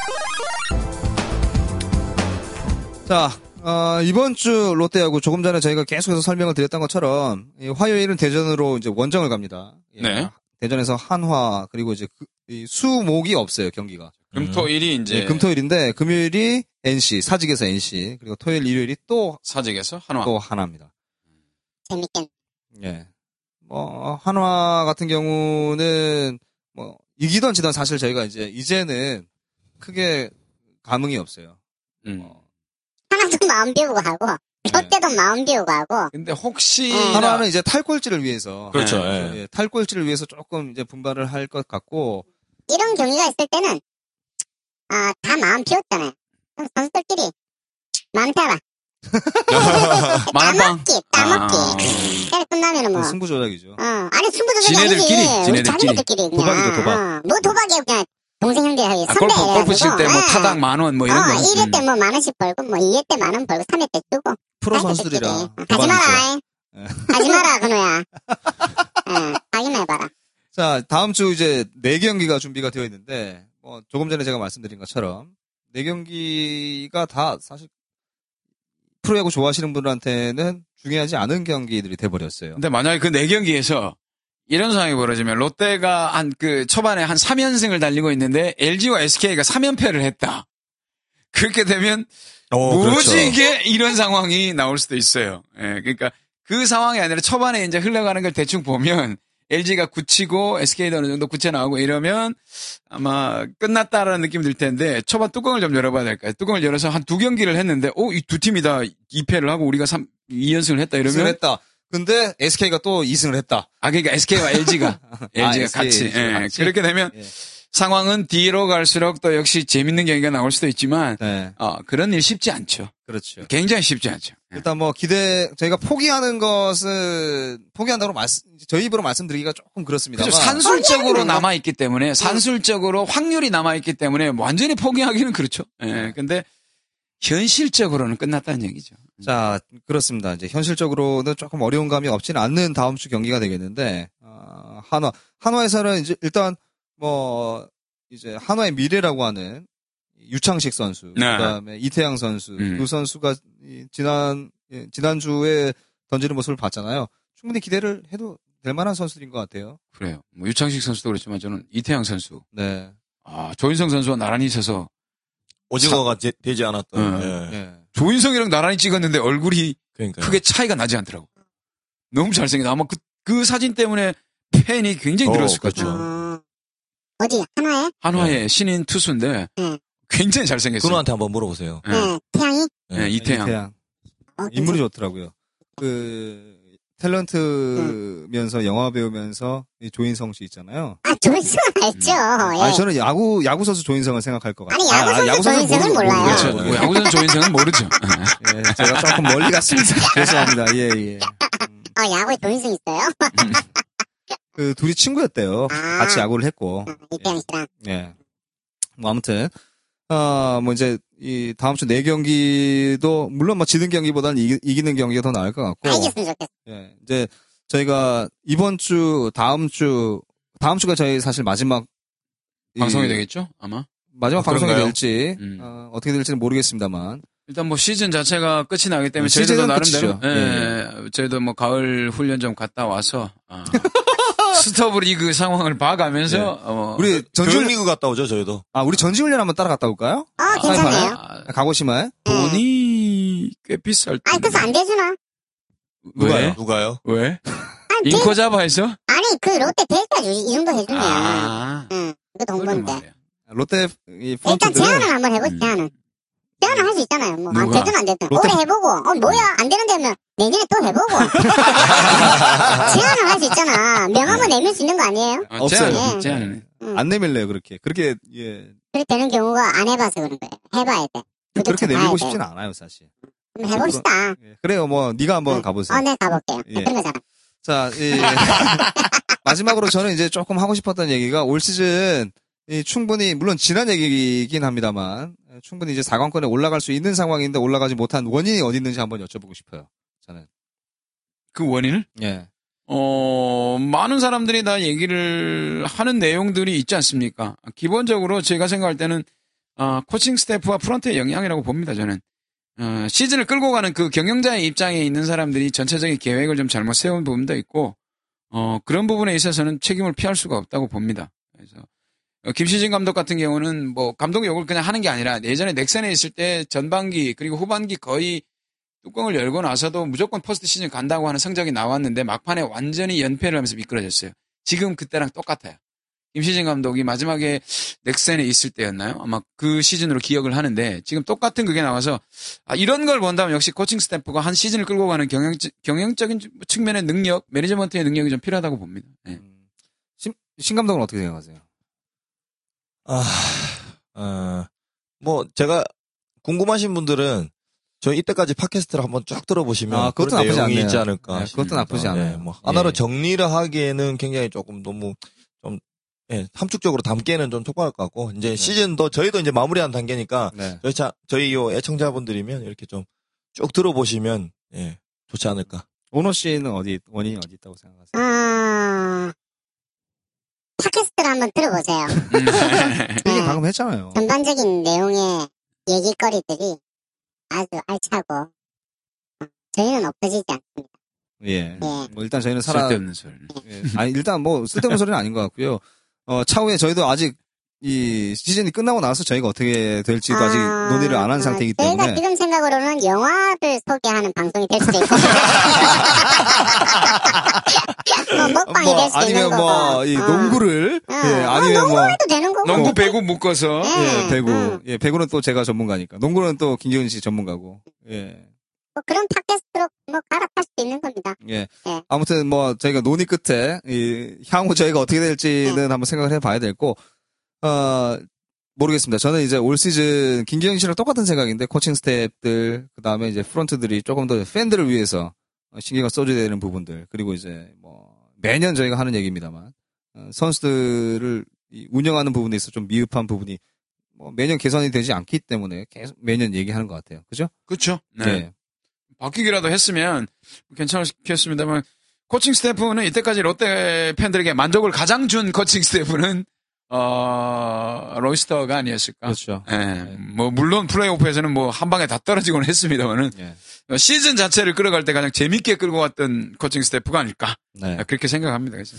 [SPEAKER 4] 자, 어, 이번 주 롯데하고 조금 전에 저희가 계속해서 설명을 드렸던 것처럼 이 화요일은 대전으로 이제 원정을 갑니다. 예.
[SPEAKER 5] 네.
[SPEAKER 4] 대전에서 한화 그리고 이제 그- 이 수목이 없어요 경기가.
[SPEAKER 5] 음. 네, 금토일이 이제
[SPEAKER 4] 예, 금토일인데 금요일이 NC 사직에서 NC 그리고 토요일 일요일이 또 또
[SPEAKER 5] 사직에서 한화.
[SPEAKER 4] 하나입니다.
[SPEAKER 3] 재밌겠네.
[SPEAKER 4] 예. 뭐 한화 같은 경우는 뭐 이기던 지던 사실 저희가 이제 이제는 크게 감흥이 없어요.
[SPEAKER 5] 음.
[SPEAKER 4] 뭐
[SPEAKER 3] 하나도 마음 비우고 하고, 롯데도 마음 비우고 하고,
[SPEAKER 5] 근데 혹시
[SPEAKER 4] 하나는 이제 탈골지를 위해서
[SPEAKER 5] 그렇죠.
[SPEAKER 8] 예.
[SPEAKER 4] 예, 탈골지를 위해서 조금 이제 분발을 할 것 같고
[SPEAKER 3] 이런 경기가 있을 때는, 아, 다 마음 비웠잖아요. 그럼 선수들끼리, 마음 따라.
[SPEAKER 5] 만빵.
[SPEAKER 3] 따먹기,
[SPEAKER 5] 아,
[SPEAKER 3] 따먹기. 때려 끝나면은 뭐.
[SPEAKER 4] 그 승부 조작이죠.
[SPEAKER 3] 어, 아니 승부조작이 아니지.
[SPEAKER 5] 지네들끼리,
[SPEAKER 3] 우리
[SPEAKER 5] 지네들끼리.
[SPEAKER 3] 자기네들끼리 그냥.
[SPEAKER 4] 도박이죠, 도박.
[SPEAKER 3] 어, 뭐 도박이야 그냥 동생 형제하고
[SPEAKER 5] 아,
[SPEAKER 3] 선배
[SPEAKER 5] 골프 골프 칠 때 뭐
[SPEAKER 3] 어.
[SPEAKER 5] 타당 만 원 뭐
[SPEAKER 3] 어,
[SPEAKER 5] 이런 거.
[SPEAKER 3] 1회 때 뭐 만 원씩 벌고 뭐 2회 때 만 원 벌고 3회 때 주고.
[SPEAKER 4] 프로
[SPEAKER 3] 자기네들끼리.
[SPEAKER 4] 선수들이라 예.
[SPEAKER 3] 하지
[SPEAKER 4] 도박이죠.
[SPEAKER 3] 마라. 하지 마라 그노야. 어, 확인해봐라.
[SPEAKER 4] 자 다음 주 이제 네 경기가 준비가 되어 있는데 뭐 조금 전에 제가 말씀드린 것처럼 네 경기가 다 사실 프로야구 좋아하시는 분들한테는 중요하지 않은 경기들이 돼 버렸어요.
[SPEAKER 5] 근데 만약에 그 네 경기에서 이런 상황이 벌어지면 롯데가 한 그 초반에 한 3연승을 달리고 있는데 LG와 SK가 3연패를 했다. 그렇게 되면
[SPEAKER 4] 어,
[SPEAKER 8] 오,
[SPEAKER 4] 그렇죠.
[SPEAKER 5] 무지개 이런 상황이 나올 수도 있어요. 예, 그러니까 그 상황이 아니라 초반에 이제 흘러가는 걸 대충 보면 LG가 굳히고 SK도 어느 정도 굳혀 나오고 이러면 아마 끝났다라는 느낌이 들 텐데 초반 뚜껑을 좀 열어봐야 될까요? 뚜껑을 열어서 한 두 경기를 했는데 오 이 두 팀이 다 2패를 하고 우리가 3, 2연승을 했다
[SPEAKER 4] 승을
[SPEAKER 5] 이러면
[SPEAKER 4] 했다. 근데 SK가 또 2승을 했다.
[SPEAKER 5] 아 그러니까 SK와 LG가 LG가
[SPEAKER 4] SK,
[SPEAKER 5] 같이
[SPEAKER 4] LG 가
[SPEAKER 5] 예,
[SPEAKER 4] 아, 같이.
[SPEAKER 5] 그렇게 되면
[SPEAKER 4] 예.
[SPEAKER 5] 상황은 뒤로 갈수록 또 역시 재밌는 경기가 나올 수도 있지만
[SPEAKER 4] 네,
[SPEAKER 5] 어, 그런 일 쉽지 않죠.
[SPEAKER 4] 그렇죠.
[SPEAKER 5] 굉장히 쉽지 않죠. 예.
[SPEAKER 4] 일단 뭐 기대 저희가 포기하는 것은 포기한다고 말씀 저희 입으로 말씀드리기가 조금 그렇습니다만
[SPEAKER 5] 그죠. 산술적으로
[SPEAKER 3] 포기하는
[SPEAKER 5] 남아 있기 때문에 산술적으로 확률이 남아 있기 때문에 완전히 포기하기는 그렇죠. 예. 근데 현실적으로는 끝났다는 얘기죠.
[SPEAKER 4] 자, 그렇습니다. 이제 현실적으로는 조금 어려운 감이 없지는 않는 다음 주 경기가 되겠는데, 아, 한화. 한화에서는 이제 일단, 뭐, 이제 한화의 미래라고 하는 유창식 선수,
[SPEAKER 5] 네.
[SPEAKER 4] 그 다음에 이태양 선수,
[SPEAKER 5] 음.
[SPEAKER 4] 두 선수가 이 지난 예, 지난주에 던지는 모습을 봤잖아요. 충분히 기대를 해도 될 만한 선수들인 것 같아요.
[SPEAKER 5] 그래요. 뭐 유창식 선수도 그렇지만 저는 이태양 선수,
[SPEAKER 4] 네.
[SPEAKER 5] 아 조인성 선수와 나란히 있어서
[SPEAKER 8] 오징어가 되- 되지 않았던.
[SPEAKER 5] 응.
[SPEAKER 8] 예.
[SPEAKER 4] 예.
[SPEAKER 5] 조인성이랑 나란히 찍었는데 얼굴이
[SPEAKER 8] 그러니까.
[SPEAKER 5] 음. 크게 차이가 나지 않더라고. 너무 잘생긴. 아마 그, 그 사진 때문에 팬이 굉장히
[SPEAKER 8] 어,
[SPEAKER 5] 늘었을 것
[SPEAKER 8] 그렇죠.
[SPEAKER 5] 같아요.
[SPEAKER 3] 어, 어디 하나에?
[SPEAKER 5] 한화의 신인 투수인데
[SPEAKER 3] 응.
[SPEAKER 5] 굉장히 잘생겼어요.
[SPEAKER 8] 근우한테 한번 물어보세요.
[SPEAKER 5] 예.
[SPEAKER 3] 네. 태양이?
[SPEAKER 5] 예, 이태양.
[SPEAKER 4] 이태양.
[SPEAKER 3] 어,
[SPEAKER 4] 인물이 좋더라고요. 그 탤런트면서 영화 배우면서 이 조인성 씨 있잖아요.
[SPEAKER 3] 아, 조인성 알죠. 예.
[SPEAKER 4] 아 저는 야구 야구 선수 조인성을 생각할 것 같아요.
[SPEAKER 3] 아니, 야구 선수
[SPEAKER 4] 선수는
[SPEAKER 3] 조인성은
[SPEAKER 4] 모르-
[SPEAKER 3] 몰라요.
[SPEAKER 5] 그렇죠.
[SPEAKER 4] 모르고요.
[SPEAKER 5] 뭐 야구선 조인성은 모르죠.
[SPEAKER 4] 예, 제가 조금 멀리 갔습니다. 죄송합니다. 예 예. 음,
[SPEAKER 3] 어, 야구에 조인성 있어요?
[SPEAKER 4] 그 둘이 친구였대요.
[SPEAKER 3] 아.
[SPEAKER 4] 같이 야구를 했고.
[SPEAKER 3] 어, 이태양 씨랑.
[SPEAKER 4] 예. 뭐 아무튼 어, 아뭐 이제 이 다음 주 네 경기도 물론 뭐 지는 경기보다는 이기, 는 경기가 더 나을 것 같고.
[SPEAKER 3] 알겠으면 좋겠어.
[SPEAKER 4] 예. 이제 저희가 이번 주 다음 주 다음 주가 저희 사실 마지막 이-
[SPEAKER 5] 방송이 되겠죠? 아마.
[SPEAKER 4] 마지막
[SPEAKER 8] 아,
[SPEAKER 4] 방송이
[SPEAKER 8] 그런가요?
[SPEAKER 4] 될지
[SPEAKER 5] 음.
[SPEAKER 4] 어, 떻게 될지는 모르겠습니다만
[SPEAKER 5] 일단 뭐 시즌 자체가 끝이 나기 때문에
[SPEAKER 4] 네, 시즌은
[SPEAKER 5] 저희도 나름대로
[SPEAKER 4] 끝이죠.
[SPEAKER 5] 예, 예. 저희도 뭐 가을 훈련 좀 갔다 와서 아, 스톱 리그 상황을 봐가면서
[SPEAKER 4] 네.
[SPEAKER 5] 어,
[SPEAKER 4] 우리 전지훈
[SPEAKER 8] 전주리그 갔다 오죠 저희도.
[SPEAKER 4] 아 우리 전지훈련 한번 따라갔다 올까요?
[SPEAKER 3] 어, 괜찮네요.
[SPEAKER 5] 아,
[SPEAKER 4] 가고시마에
[SPEAKER 5] 돈이 꽤 비쌀
[SPEAKER 3] 아,
[SPEAKER 5] 텐데.
[SPEAKER 3] 그래서 안 되주나?
[SPEAKER 5] 왜?
[SPEAKER 8] 누가요?
[SPEAKER 5] 왜?
[SPEAKER 3] 아니, 그 대-
[SPEAKER 5] 인코자바에서?
[SPEAKER 3] 아니, 그 롯데 대가 이 정도 해주면.
[SPEAKER 5] 아,
[SPEAKER 3] 응, 이거 돈
[SPEAKER 5] 그건
[SPEAKER 3] 번데.
[SPEAKER 5] 말이야.
[SPEAKER 4] 롯데 이
[SPEAKER 3] 일단
[SPEAKER 4] 펀트들은
[SPEAKER 3] 제안을 한번 해보자,
[SPEAKER 5] 음.
[SPEAKER 3] 제안을. 제안을 할 수 있잖아요. 뭐, 안
[SPEAKER 5] 누가?
[SPEAKER 3] 되든 안 되든.
[SPEAKER 4] 롯데- 음.
[SPEAKER 3] 올해 해보고, 어, 뭐야, 안 되는데 하면 내년에 또 해보고. 제안을 할 수 있잖아. 명함을 내밀 수 있는 거 아니에요?
[SPEAKER 5] 아,
[SPEAKER 4] 없어요.
[SPEAKER 5] 제안은,
[SPEAKER 3] 예.
[SPEAKER 5] 제안은.
[SPEAKER 4] 안 내밀래요 그렇게 그렇게 예
[SPEAKER 3] 그렇게 되는 경우가 안 해봐서 그런 거예요. 해봐야 돼.
[SPEAKER 4] 그렇게
[SPEAKER 3] 부딪혀 봐야
[SPEAKER 4] 내밀고
[SPEAKER 3] 돼.
[SPEAKER 4] 싶진 않아요 사실.
[SPEAKER 3] 그럼 해봅시다.
[SPEAKER 4] 예. 그래요 뭐 네가 한번
[SPEAKER 3] 응.
[SPEAKER 4] 가보세요.
[SPEAKER 3] 어, 네, 가볼게요.
[SPEAKER 4] 예.
[SPEAKER 3] 그런 거잖아.
[SPEAKER 4] 자, 이- 마지막으로 저는 이제 조금 하고 싶었던 얘기가 올 시즌 이 충분히 물론 지난 얘기긴 합니다만 에, 충분히 이제 4강권에 올라갈 수 있는 상황인데 올라가지 못한 원인이 어디 있는지 한번 여쭤보고 싶어요. 저는.
[SPEAKER 5] 그 원인을?
[SPEAKER 4] 예.
[SPEAKER 5] 어, 많은 사람들이 다 얘기를 하는 내용들이 있지 않습니까? 기본적으로 제가 생각할 때는, 아, 코칭 스태프와 프런트의 영향이라고 봅니다, 저는. 어, 시즌을 끌고 가는 그 경영자의 입장에 있는 사람들이 전체적인 계획을 좀 잘못 세운 부분도 있고, 어, 그런 부분에 있어서는 책임을 피할 수가 없다고 봅니다. 그래서, 어, 김시진 감독 같은 경우는 뭐, 감독 욕을 그냥 하는 게 아니라 예전에 넥센에 있을 때 전반기, 그리고 후반기 거의 뚜껑을 열고 나서도 무조건 퍼스트 시즌 간다고 하는 성적이 나왔는데 막판에 완전히 연패를 하면서 미끄러졌어요. 지금 그때랑 똑같아요. 김시진 감독이 마지막에 넥센에 있을 때였나요? 아마 그 시즌으로 기억을 하는데 지금 똑같은 그게 나와서 아, 이런 걸 본다면 역시 코칭 스태프가 한 시즌을 끌고 가는 경영, 경영적인 측면의 능력, 매니지먼트의 능력이 좀 필요하다고 봅니다. 예.
[SPEAKER 4] 음. 신, 신 감독은 어떻게 생각하세요?
[SPEAKER 8] 아, 어, 뭐 제가 궁금하신 분들은 저희 이때까지 팟캐스트를 한번 쭉 들어보시면
[SPEAKER 4] 아, 그것도
[SPEAKER 8] 그런
[SPEAKER 4] 나쁘지
[SPEAKER 8] 내용이
[SPEAKER 4] 않네요.
[SPEAKER 8] 있지 않을까.
[SPEAKER 4] 예, 그것도
[SPEAKER 5] 싶습니다.
[SPEAKER 4] 나쁘지 않아요.
[SPEAKER 8] 네, 뭐
[SPEAKER 4] 예.
[SPEAKER 8] 하나로 정리를 하기에는 굉장히 조금 너무 좀 예, 함축적으로 담기에는 좀 촉박할 것 같고 이제 시즌도 저희도 이제 마무리한 단계니까
[SPEAKER 4] 네.
[SPEAKER 8] 저희 자, 저희 요 애청자분들이면 이렇게 좀 쭉 들어보시면 예, 좋지 않을까.
[SPEAKER 4] 오너 씨는 어디 원인이 어디 있다고 생각하세요?
[SPEAKER 3] 음, 아, 팟캐스트를 한번 들어보세요.
[SPEAKER 4] 얘기
[SPEAKER 3] 네.
[SPEAKER 4] 방금 했잖아요.
[SPEAKER 3] 전반적인 내용의 얘기거리들이 아주 알차고, 어, 저희는 없어지지 않습니다.
[SPEAKER 4] 예.
[SPEAKER 3] 네.
[SPEAKER 4] 뭐 일단 저희는 살아
[SPEAKER 5] 쓸데없는 소리.
[SPEAKER 4] 예. 아니 일단 뭐 쓸데없는 소리는 아닌 것 같고요. 어 차후에 저희도 아직 이 시즌이 끝나고 나서 저희가 어떻게 될지도 아직
[SPEAKER 3] 아,
[SPEAKER 4] 논의를 안 한 상태이기 때문에
[SPEAKER 3] 저희가 지금 생각으로는 영화를 소개하는 방송이 될 수도 있고. 뭐 먹방이 될 수도 있는
[SPEAKER 4] 아니면
[SPEAKER 3] 거고.
[SPEAKER 4] 뭐 이
[SPEAKER 3] 어.
[SPEAKER 4] 농구를
[SPEAKER 3] 어.
[SPEAKER 4] 예
[SPEAKER 3] 어,
[SPEAKER 4] 아니면 뭐
[SPEAKER 3] 해도 되는 거고.
[SPEAKER 5] 농구 배구 묶어서
[SPEAKER 4] 예,
[SPEAKER 3] 예,
[SPEAKER 4] 배구
[SPEAKER 3] 어.
[SPEAKER 4] 예 배구는 또 제가 전문가니까 농구는 또 김기훈 씨 전문가고 예.
[SPEAKER 3] 뭐 그런 팟캐스트로 뭐 갈아탈 수도 있는 겁니다.
[SPEAKER 4] 예.
[SPEAKER 3] 네.
[SPEAKER 4] 아무튼 뭐 저희가 논의 끝에 이 향후 저희가 어떻게 될지는 한번 생각을 해봐야 될고 어 모르겠습니다. 저는 이제 올 시즌 김기영 씨랑 똑같은 생각인데 코칭 스태프들 그 다음에 이제 프런트들이 조금 더 팬들을 위해서 신경을 써줘야 되는 부분들 그리고 이제 뭐 매년 저희가 하는 얘기입니다만 어, 선수들을 이 운영하는 부분에 있어 좀 미흡한 부분이 뭐 매년 개선이 되지 않기 때문에 계속 매년 얘기하는 것 같아요. 그죠?
[SPEAKER 5] 그렇죠.
[SPEAKER 4] 네.
[SPEAKER 5] 바뀌기라도 했으면 괜찮겠습니다만 코칭 스태프는 이때까지 롯데 팬들에게 만족을 가장 준 코칭 스태프는 어, 로이스터가 아니었을까.
[SPEAKER 4] 그렇죠.
[SPEAKER 5] 예, 뭐, 물론 플레이오프에서는 뭐, 한 방에 다 떨어지곤 했습니다만은, 어,
[SPEAKER 4] 예.
[SPEAKER 5] 시즌 자체를 끌어갈 때 가장 재밌게 끌고 왔던 코칭 스태프가 아닐까.
[SPEAKER 4] 네.
[SPEAKER 5] 그렇게 생각합니다. 그래서.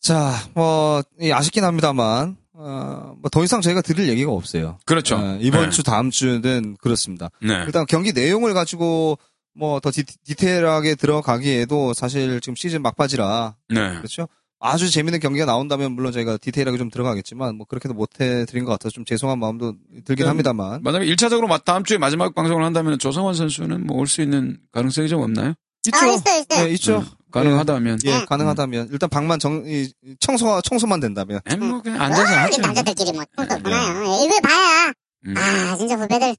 [SPEAKER 4] 자, 뭐, 이 아쉽긴 합니다만, 어, 뭐 더 이상 저희가 드릴 얘기가 없어요.
[SPEAKER 5] 그렇죠.
[SPEAKER 4] 어, 이번
[SPEAKER 5] 네.
[SPEAKER 4] 주, 다음 주는 그렇습니다.
[SPEAKER 5] 네.
[SPEAKER 4] 일단 경기 내용을 가지고 뭐 더 디테일하게 들어가기에도 사실 지금 시즌 막바지라,
[SPEAKER 5] 네.
[SPEAKER 4] 그렇죠? 아주 재밌는 경기가 나온다면 물론 저희가 디테일하게 좀 들어가겠지만, 뭐 그렇게도 못해 드린 것 같아서 좀 죄송한 마음도 들긴
[SPEAKER 5] 음.
[SPEAKER 4] 합니다만.
[SPEAKER 5] 만약에 1차적으로 마- 다음 주에 마지막 방송을 한다면 조성원 선수는 뭐 올 수 있는 가능성이 좀 없나요?
[SPEAKER 3] 어, 있어, 있어.
[SPEAKER 4] 네, 있죠.
[SPEAKER 5] 네. 가능하다면.
[SPEAKER 4] 예, 가능하다면 일단 방만 정, 이, 청소, 청소만 된다면.
[SPEAKER 5] 네, 뭐 그냥
[SPEAKER 3] 아,
[SPEAKER 5] 앉아서 하죠.
[SPEAKER 3] 이게 남자들끼리 뭐, 또 없나요? 이걸 봐야,
[SPEAKER 5] 음.
[SPEAKER 3] 아, 진짜 후배들.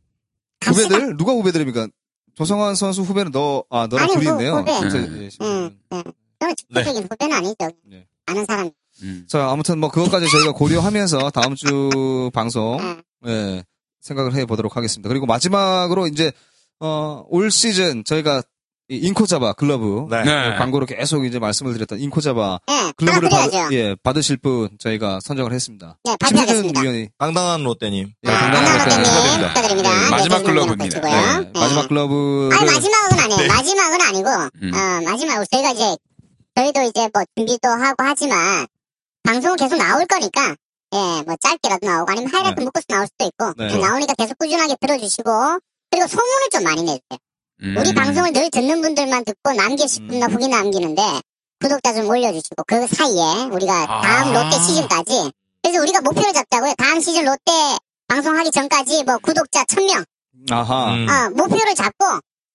[SPEAKER 3] 갑시다.
[SPEAKER 4] 후배들 누가 후배들입니까? 조성환 선수 후배는 너아 너랑
[SPEAKER 3] 아, 아니,
[SPEAKER 4] 둘이
[SPEAKER 3] 후-
[SPEAKER 4] 있네요.
[SPEAKER 3] 후배. 음.
[SPEAKER 4] 진짜,
[SPEAKER 5] 네.
[SPEAKER 4] 예, 지금.
[SPEAKER 3] 응, 응. 너무 직접적인 후배는 아니죠.
[SPEAKER 4] 네.
[SPEAKER 3] 아는 사람.
[SPEAKER 5] 음.
[SPEAKER 4] 자 아무튼 뭐 그것까지 저희가 고려하면서 다음 주 방송
[SPEAKER 3] 응.
[SPEAKER 4] 예, 생각을 해 보도록 하겠습니다. 그리고 마지막으로 이제 어, 올 시즌 저희가 이 인코자바 글러브
[SPEAKER 8] 네.
[SPEAKER 5] 네.
[SPEAKER 4] 광고로 계속 이제 말씀을 드렸던 인코자바
[SPEAKER 3] 예,
[SPEAKER 4] 글러브를
[SPEAKER 3] 받아들여야죠.
[SPEAKER 4] 받, 예, 받으실 분 저희가 선정을 했습니다.
[SPEAKER 3] 네,
[SPEAKER 4] 심수준
[SPEAKER 3] 발표하겠습니다.
[SPEAKER 4] 위원이
[SPEAKER 8] 당당한 롯데님.
[SPEAKER 4] 예, 담당하실
[SPEAKER 3] 감사합니다.
[SPEAKER 4] 거예요.
[SPEAKER 3] 팬님.
[SPEAKER 8] 축하드립니다.
[SPEAKER 3] 축하드립니다. 예,
[SPEAKER 5] 네, 마지막
[SPEAKER 3] 매진 공연을
[SPEAKER 5] 글러브입니다.
[SPEAKER 3] 펼치고요.
[SPEAKER 4] 네,
[SPEAKER 3] 예.
[SPEAKER 4] 마지막 글러브를
[SPEAKER 3] 아니, 마지막은 아니에요. 마지막은 아니고,
[SPEAKER 5] 음.
[SPEAKER 3] 어, 마지막으로 저희가 이제, 저희도 이제 뭐 준비도 하고 하지만, 방송은 계속 나올 거니까, 예, 뭐 짧게라도 나오고, 아니면 하이라이트 묶어서 나올 수도 있고,
[SPEAKER 4] 네.
[SPEAKER 3] 예, 나오니까 계속 꾸준하게 들어주시고, 그리고 소문을 좀 많이 내주세요. 우리
[SPEAKER 5] 음.
[SPEAKER 3] 방송을 늘 듣는 분들만 듣고 남길 싶나 후기 남기는데, 구독자 좀 올려주시고, 그 사이에 우리가 다음
[SPEAKER 5] 아.
[SPEAKER 3] 롯데 시즌까지, 그래서 우리가 목표를 잡자고요. 다음 시즌 롯데 방송하기 전까지 뭐 구독자 1000명,
[SPEAKER 4] 아하
[SPEAKER 8] 음.
[SPEAKER 3] 어, 목표를 잡고,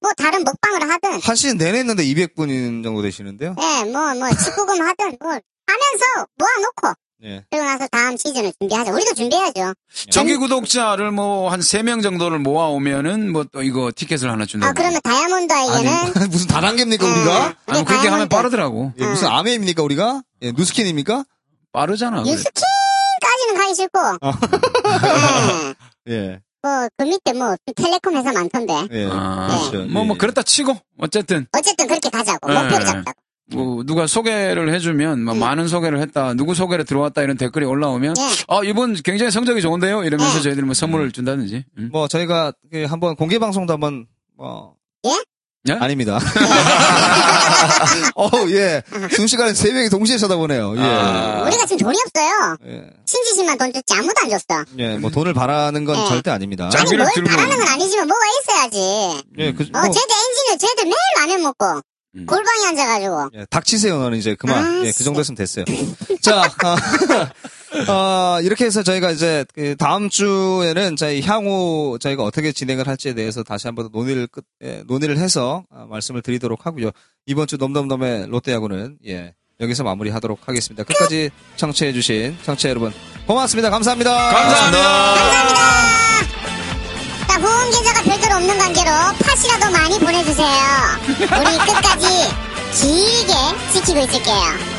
[SPEAKER 3] 뭐 다른 먹방을 하든,
[SPEAKER 4] 한 시즌 내내 했는데 200분 정도 되시는데요.
[SPEAKER 3] 예, 뭐, 뭐, 직구금 하든, 뭐, 하면서 모아놓고,
[SPEAKER 5] 네.
[SPEAKER 4] 예.
[SPEAKER 3] 그러고 나서 다음 시즌을 준비하자. 우리도 준비해야죠. 어,
[SPEAKER 5] 정기 구독자를 뭐 한 세 명 정도를 모아오면은 뭐 또 이거 티켓을 하나 준다.
[SPEAKER 3] 아, 그러면 다이아몬드 아이에는, 예,
[SPEAKER 4] 아니 무슨 다단계입니까 우리가?
[SPEAKER 3] 우리
[SPEAKER 5] 그러니까 아니, 그렇게 하면
[SPEAKER 3] 다이아몬드,
[SPEAKER 5] 빠르더라고.
[SPEAKER 4] 예, 무슨 아메입니까 우리가? 예, 누스킨입니까?
[SPEAKER 5] 빠르잖아. 그래.
[SPEAKER 3] 유스킨까지는 가기 싫고,
[SPEAKER 5] 어.
[SPEAKER 3] 예,
[SPEAKER 4] 예,
[SPEAKER 3] 뭐, 그 밑에 뭐, 텔레콤 회사 많던데.
[SPEAKER 4] 예.
[SPEAKER 3] 네.
[SPEAKER 5] 아,
[SPEAKER 4] 그렇죠.
[SPEAKER 5] 뭐, 뭐,
[SPEAKER 4] 예.
[SPEAKER 5] 그렇다 치고, 어쨌든,
[SPEAKER 3] 어쨌든 그렇게 가자고.
[SPEAKER 4] 네.
[SPEAKER 5] 예.
[SPEAKER 3] 목표를 잡자고.
[SPEAKER 5] 뭐, 누가 소개를 해주면, 뭐, 많은 소개를 했다, 누구 소개를 들어왔다, 이런 댓글이 올라오면,
[SPEAKER 3] 예.
[SPEAKER 5] 아, 이분 굉장히 성적이 좋은데요? 이러면서
[SPEAKER 3] 예.
[SPEAKER 5] 저희들이 뭐 선물을 준다든지. 음.
[SPEAKER 4] 뭐 저희가 그 한번 공개 방송도 한번 뭐
[SPEAKER 3] 예?
[SPEAKER 5] 예?
[SPEAKER 4] 아닙니다. 어, 예. 두 시간에 세 명이 동시에 쳐다보네요. 예.
[SPEAKER 5] 아.
[SPEAKER 3] 우리가 지금 돈이 없어요.
[SPEAKER 4] 예.
[SPEAKER 3] 신지 씨만 돈 줬지 아무도 안 줬어.
[SPEAKER 4] 예, 뭐 돈을 바라는 건
[SPEAKER 3] 예.
[SPEAKER 4] 절대 아닙니다.
[SPEAKER 5] 자,
[SPEAKER 3] 아니,
[SPEAKER 5] 장비를
[SPEAKER 3] 뭘
[SPEAKER 5] 들고.
[SPEAKER 3] 바라는 건 아니지만 뭐가 있어야지.
[SPEAKER 4] 예, 그,
[SPEAKER 3] 어,
[SPEAKER 4] 뭐,
[SPEAKER 3] 쟤들 엔지니어, 쟤들 매일 라면 먹고,
[SPEAKER 5] 음.
[SPEAKER 3] 골방에 앉아가지고.
[SPEAKER 4] 예, 닥치세요, 너는 이제 그만.
[SPEAKER 3] 아,
[SPEAKER 4] 예, 그 정도 했으면 됐어요. 자, 아, 어, 이렇게 해서 저희가 이제 그 다음 주에는 저희 향후 저희가 어떻게 진행을 할지에 대해서 다시 한번 더 논의를 끝, 예, 논의를 해서 아, 말씀을 드리도록 하고요. 이번 주 넘넘넘의 롯데야구는 예, 여기서 마무리하도록 하겠습니다. 끝까지 청취해주신 청취자 여러분 고맙습니다. 감사합니다.
[SPEAKER 3] 자, 후원 계좌가 별도로 없는 관계로 팥이라도 많이 보내주세요. 우리 끝까지 길게 지키고 있을게요.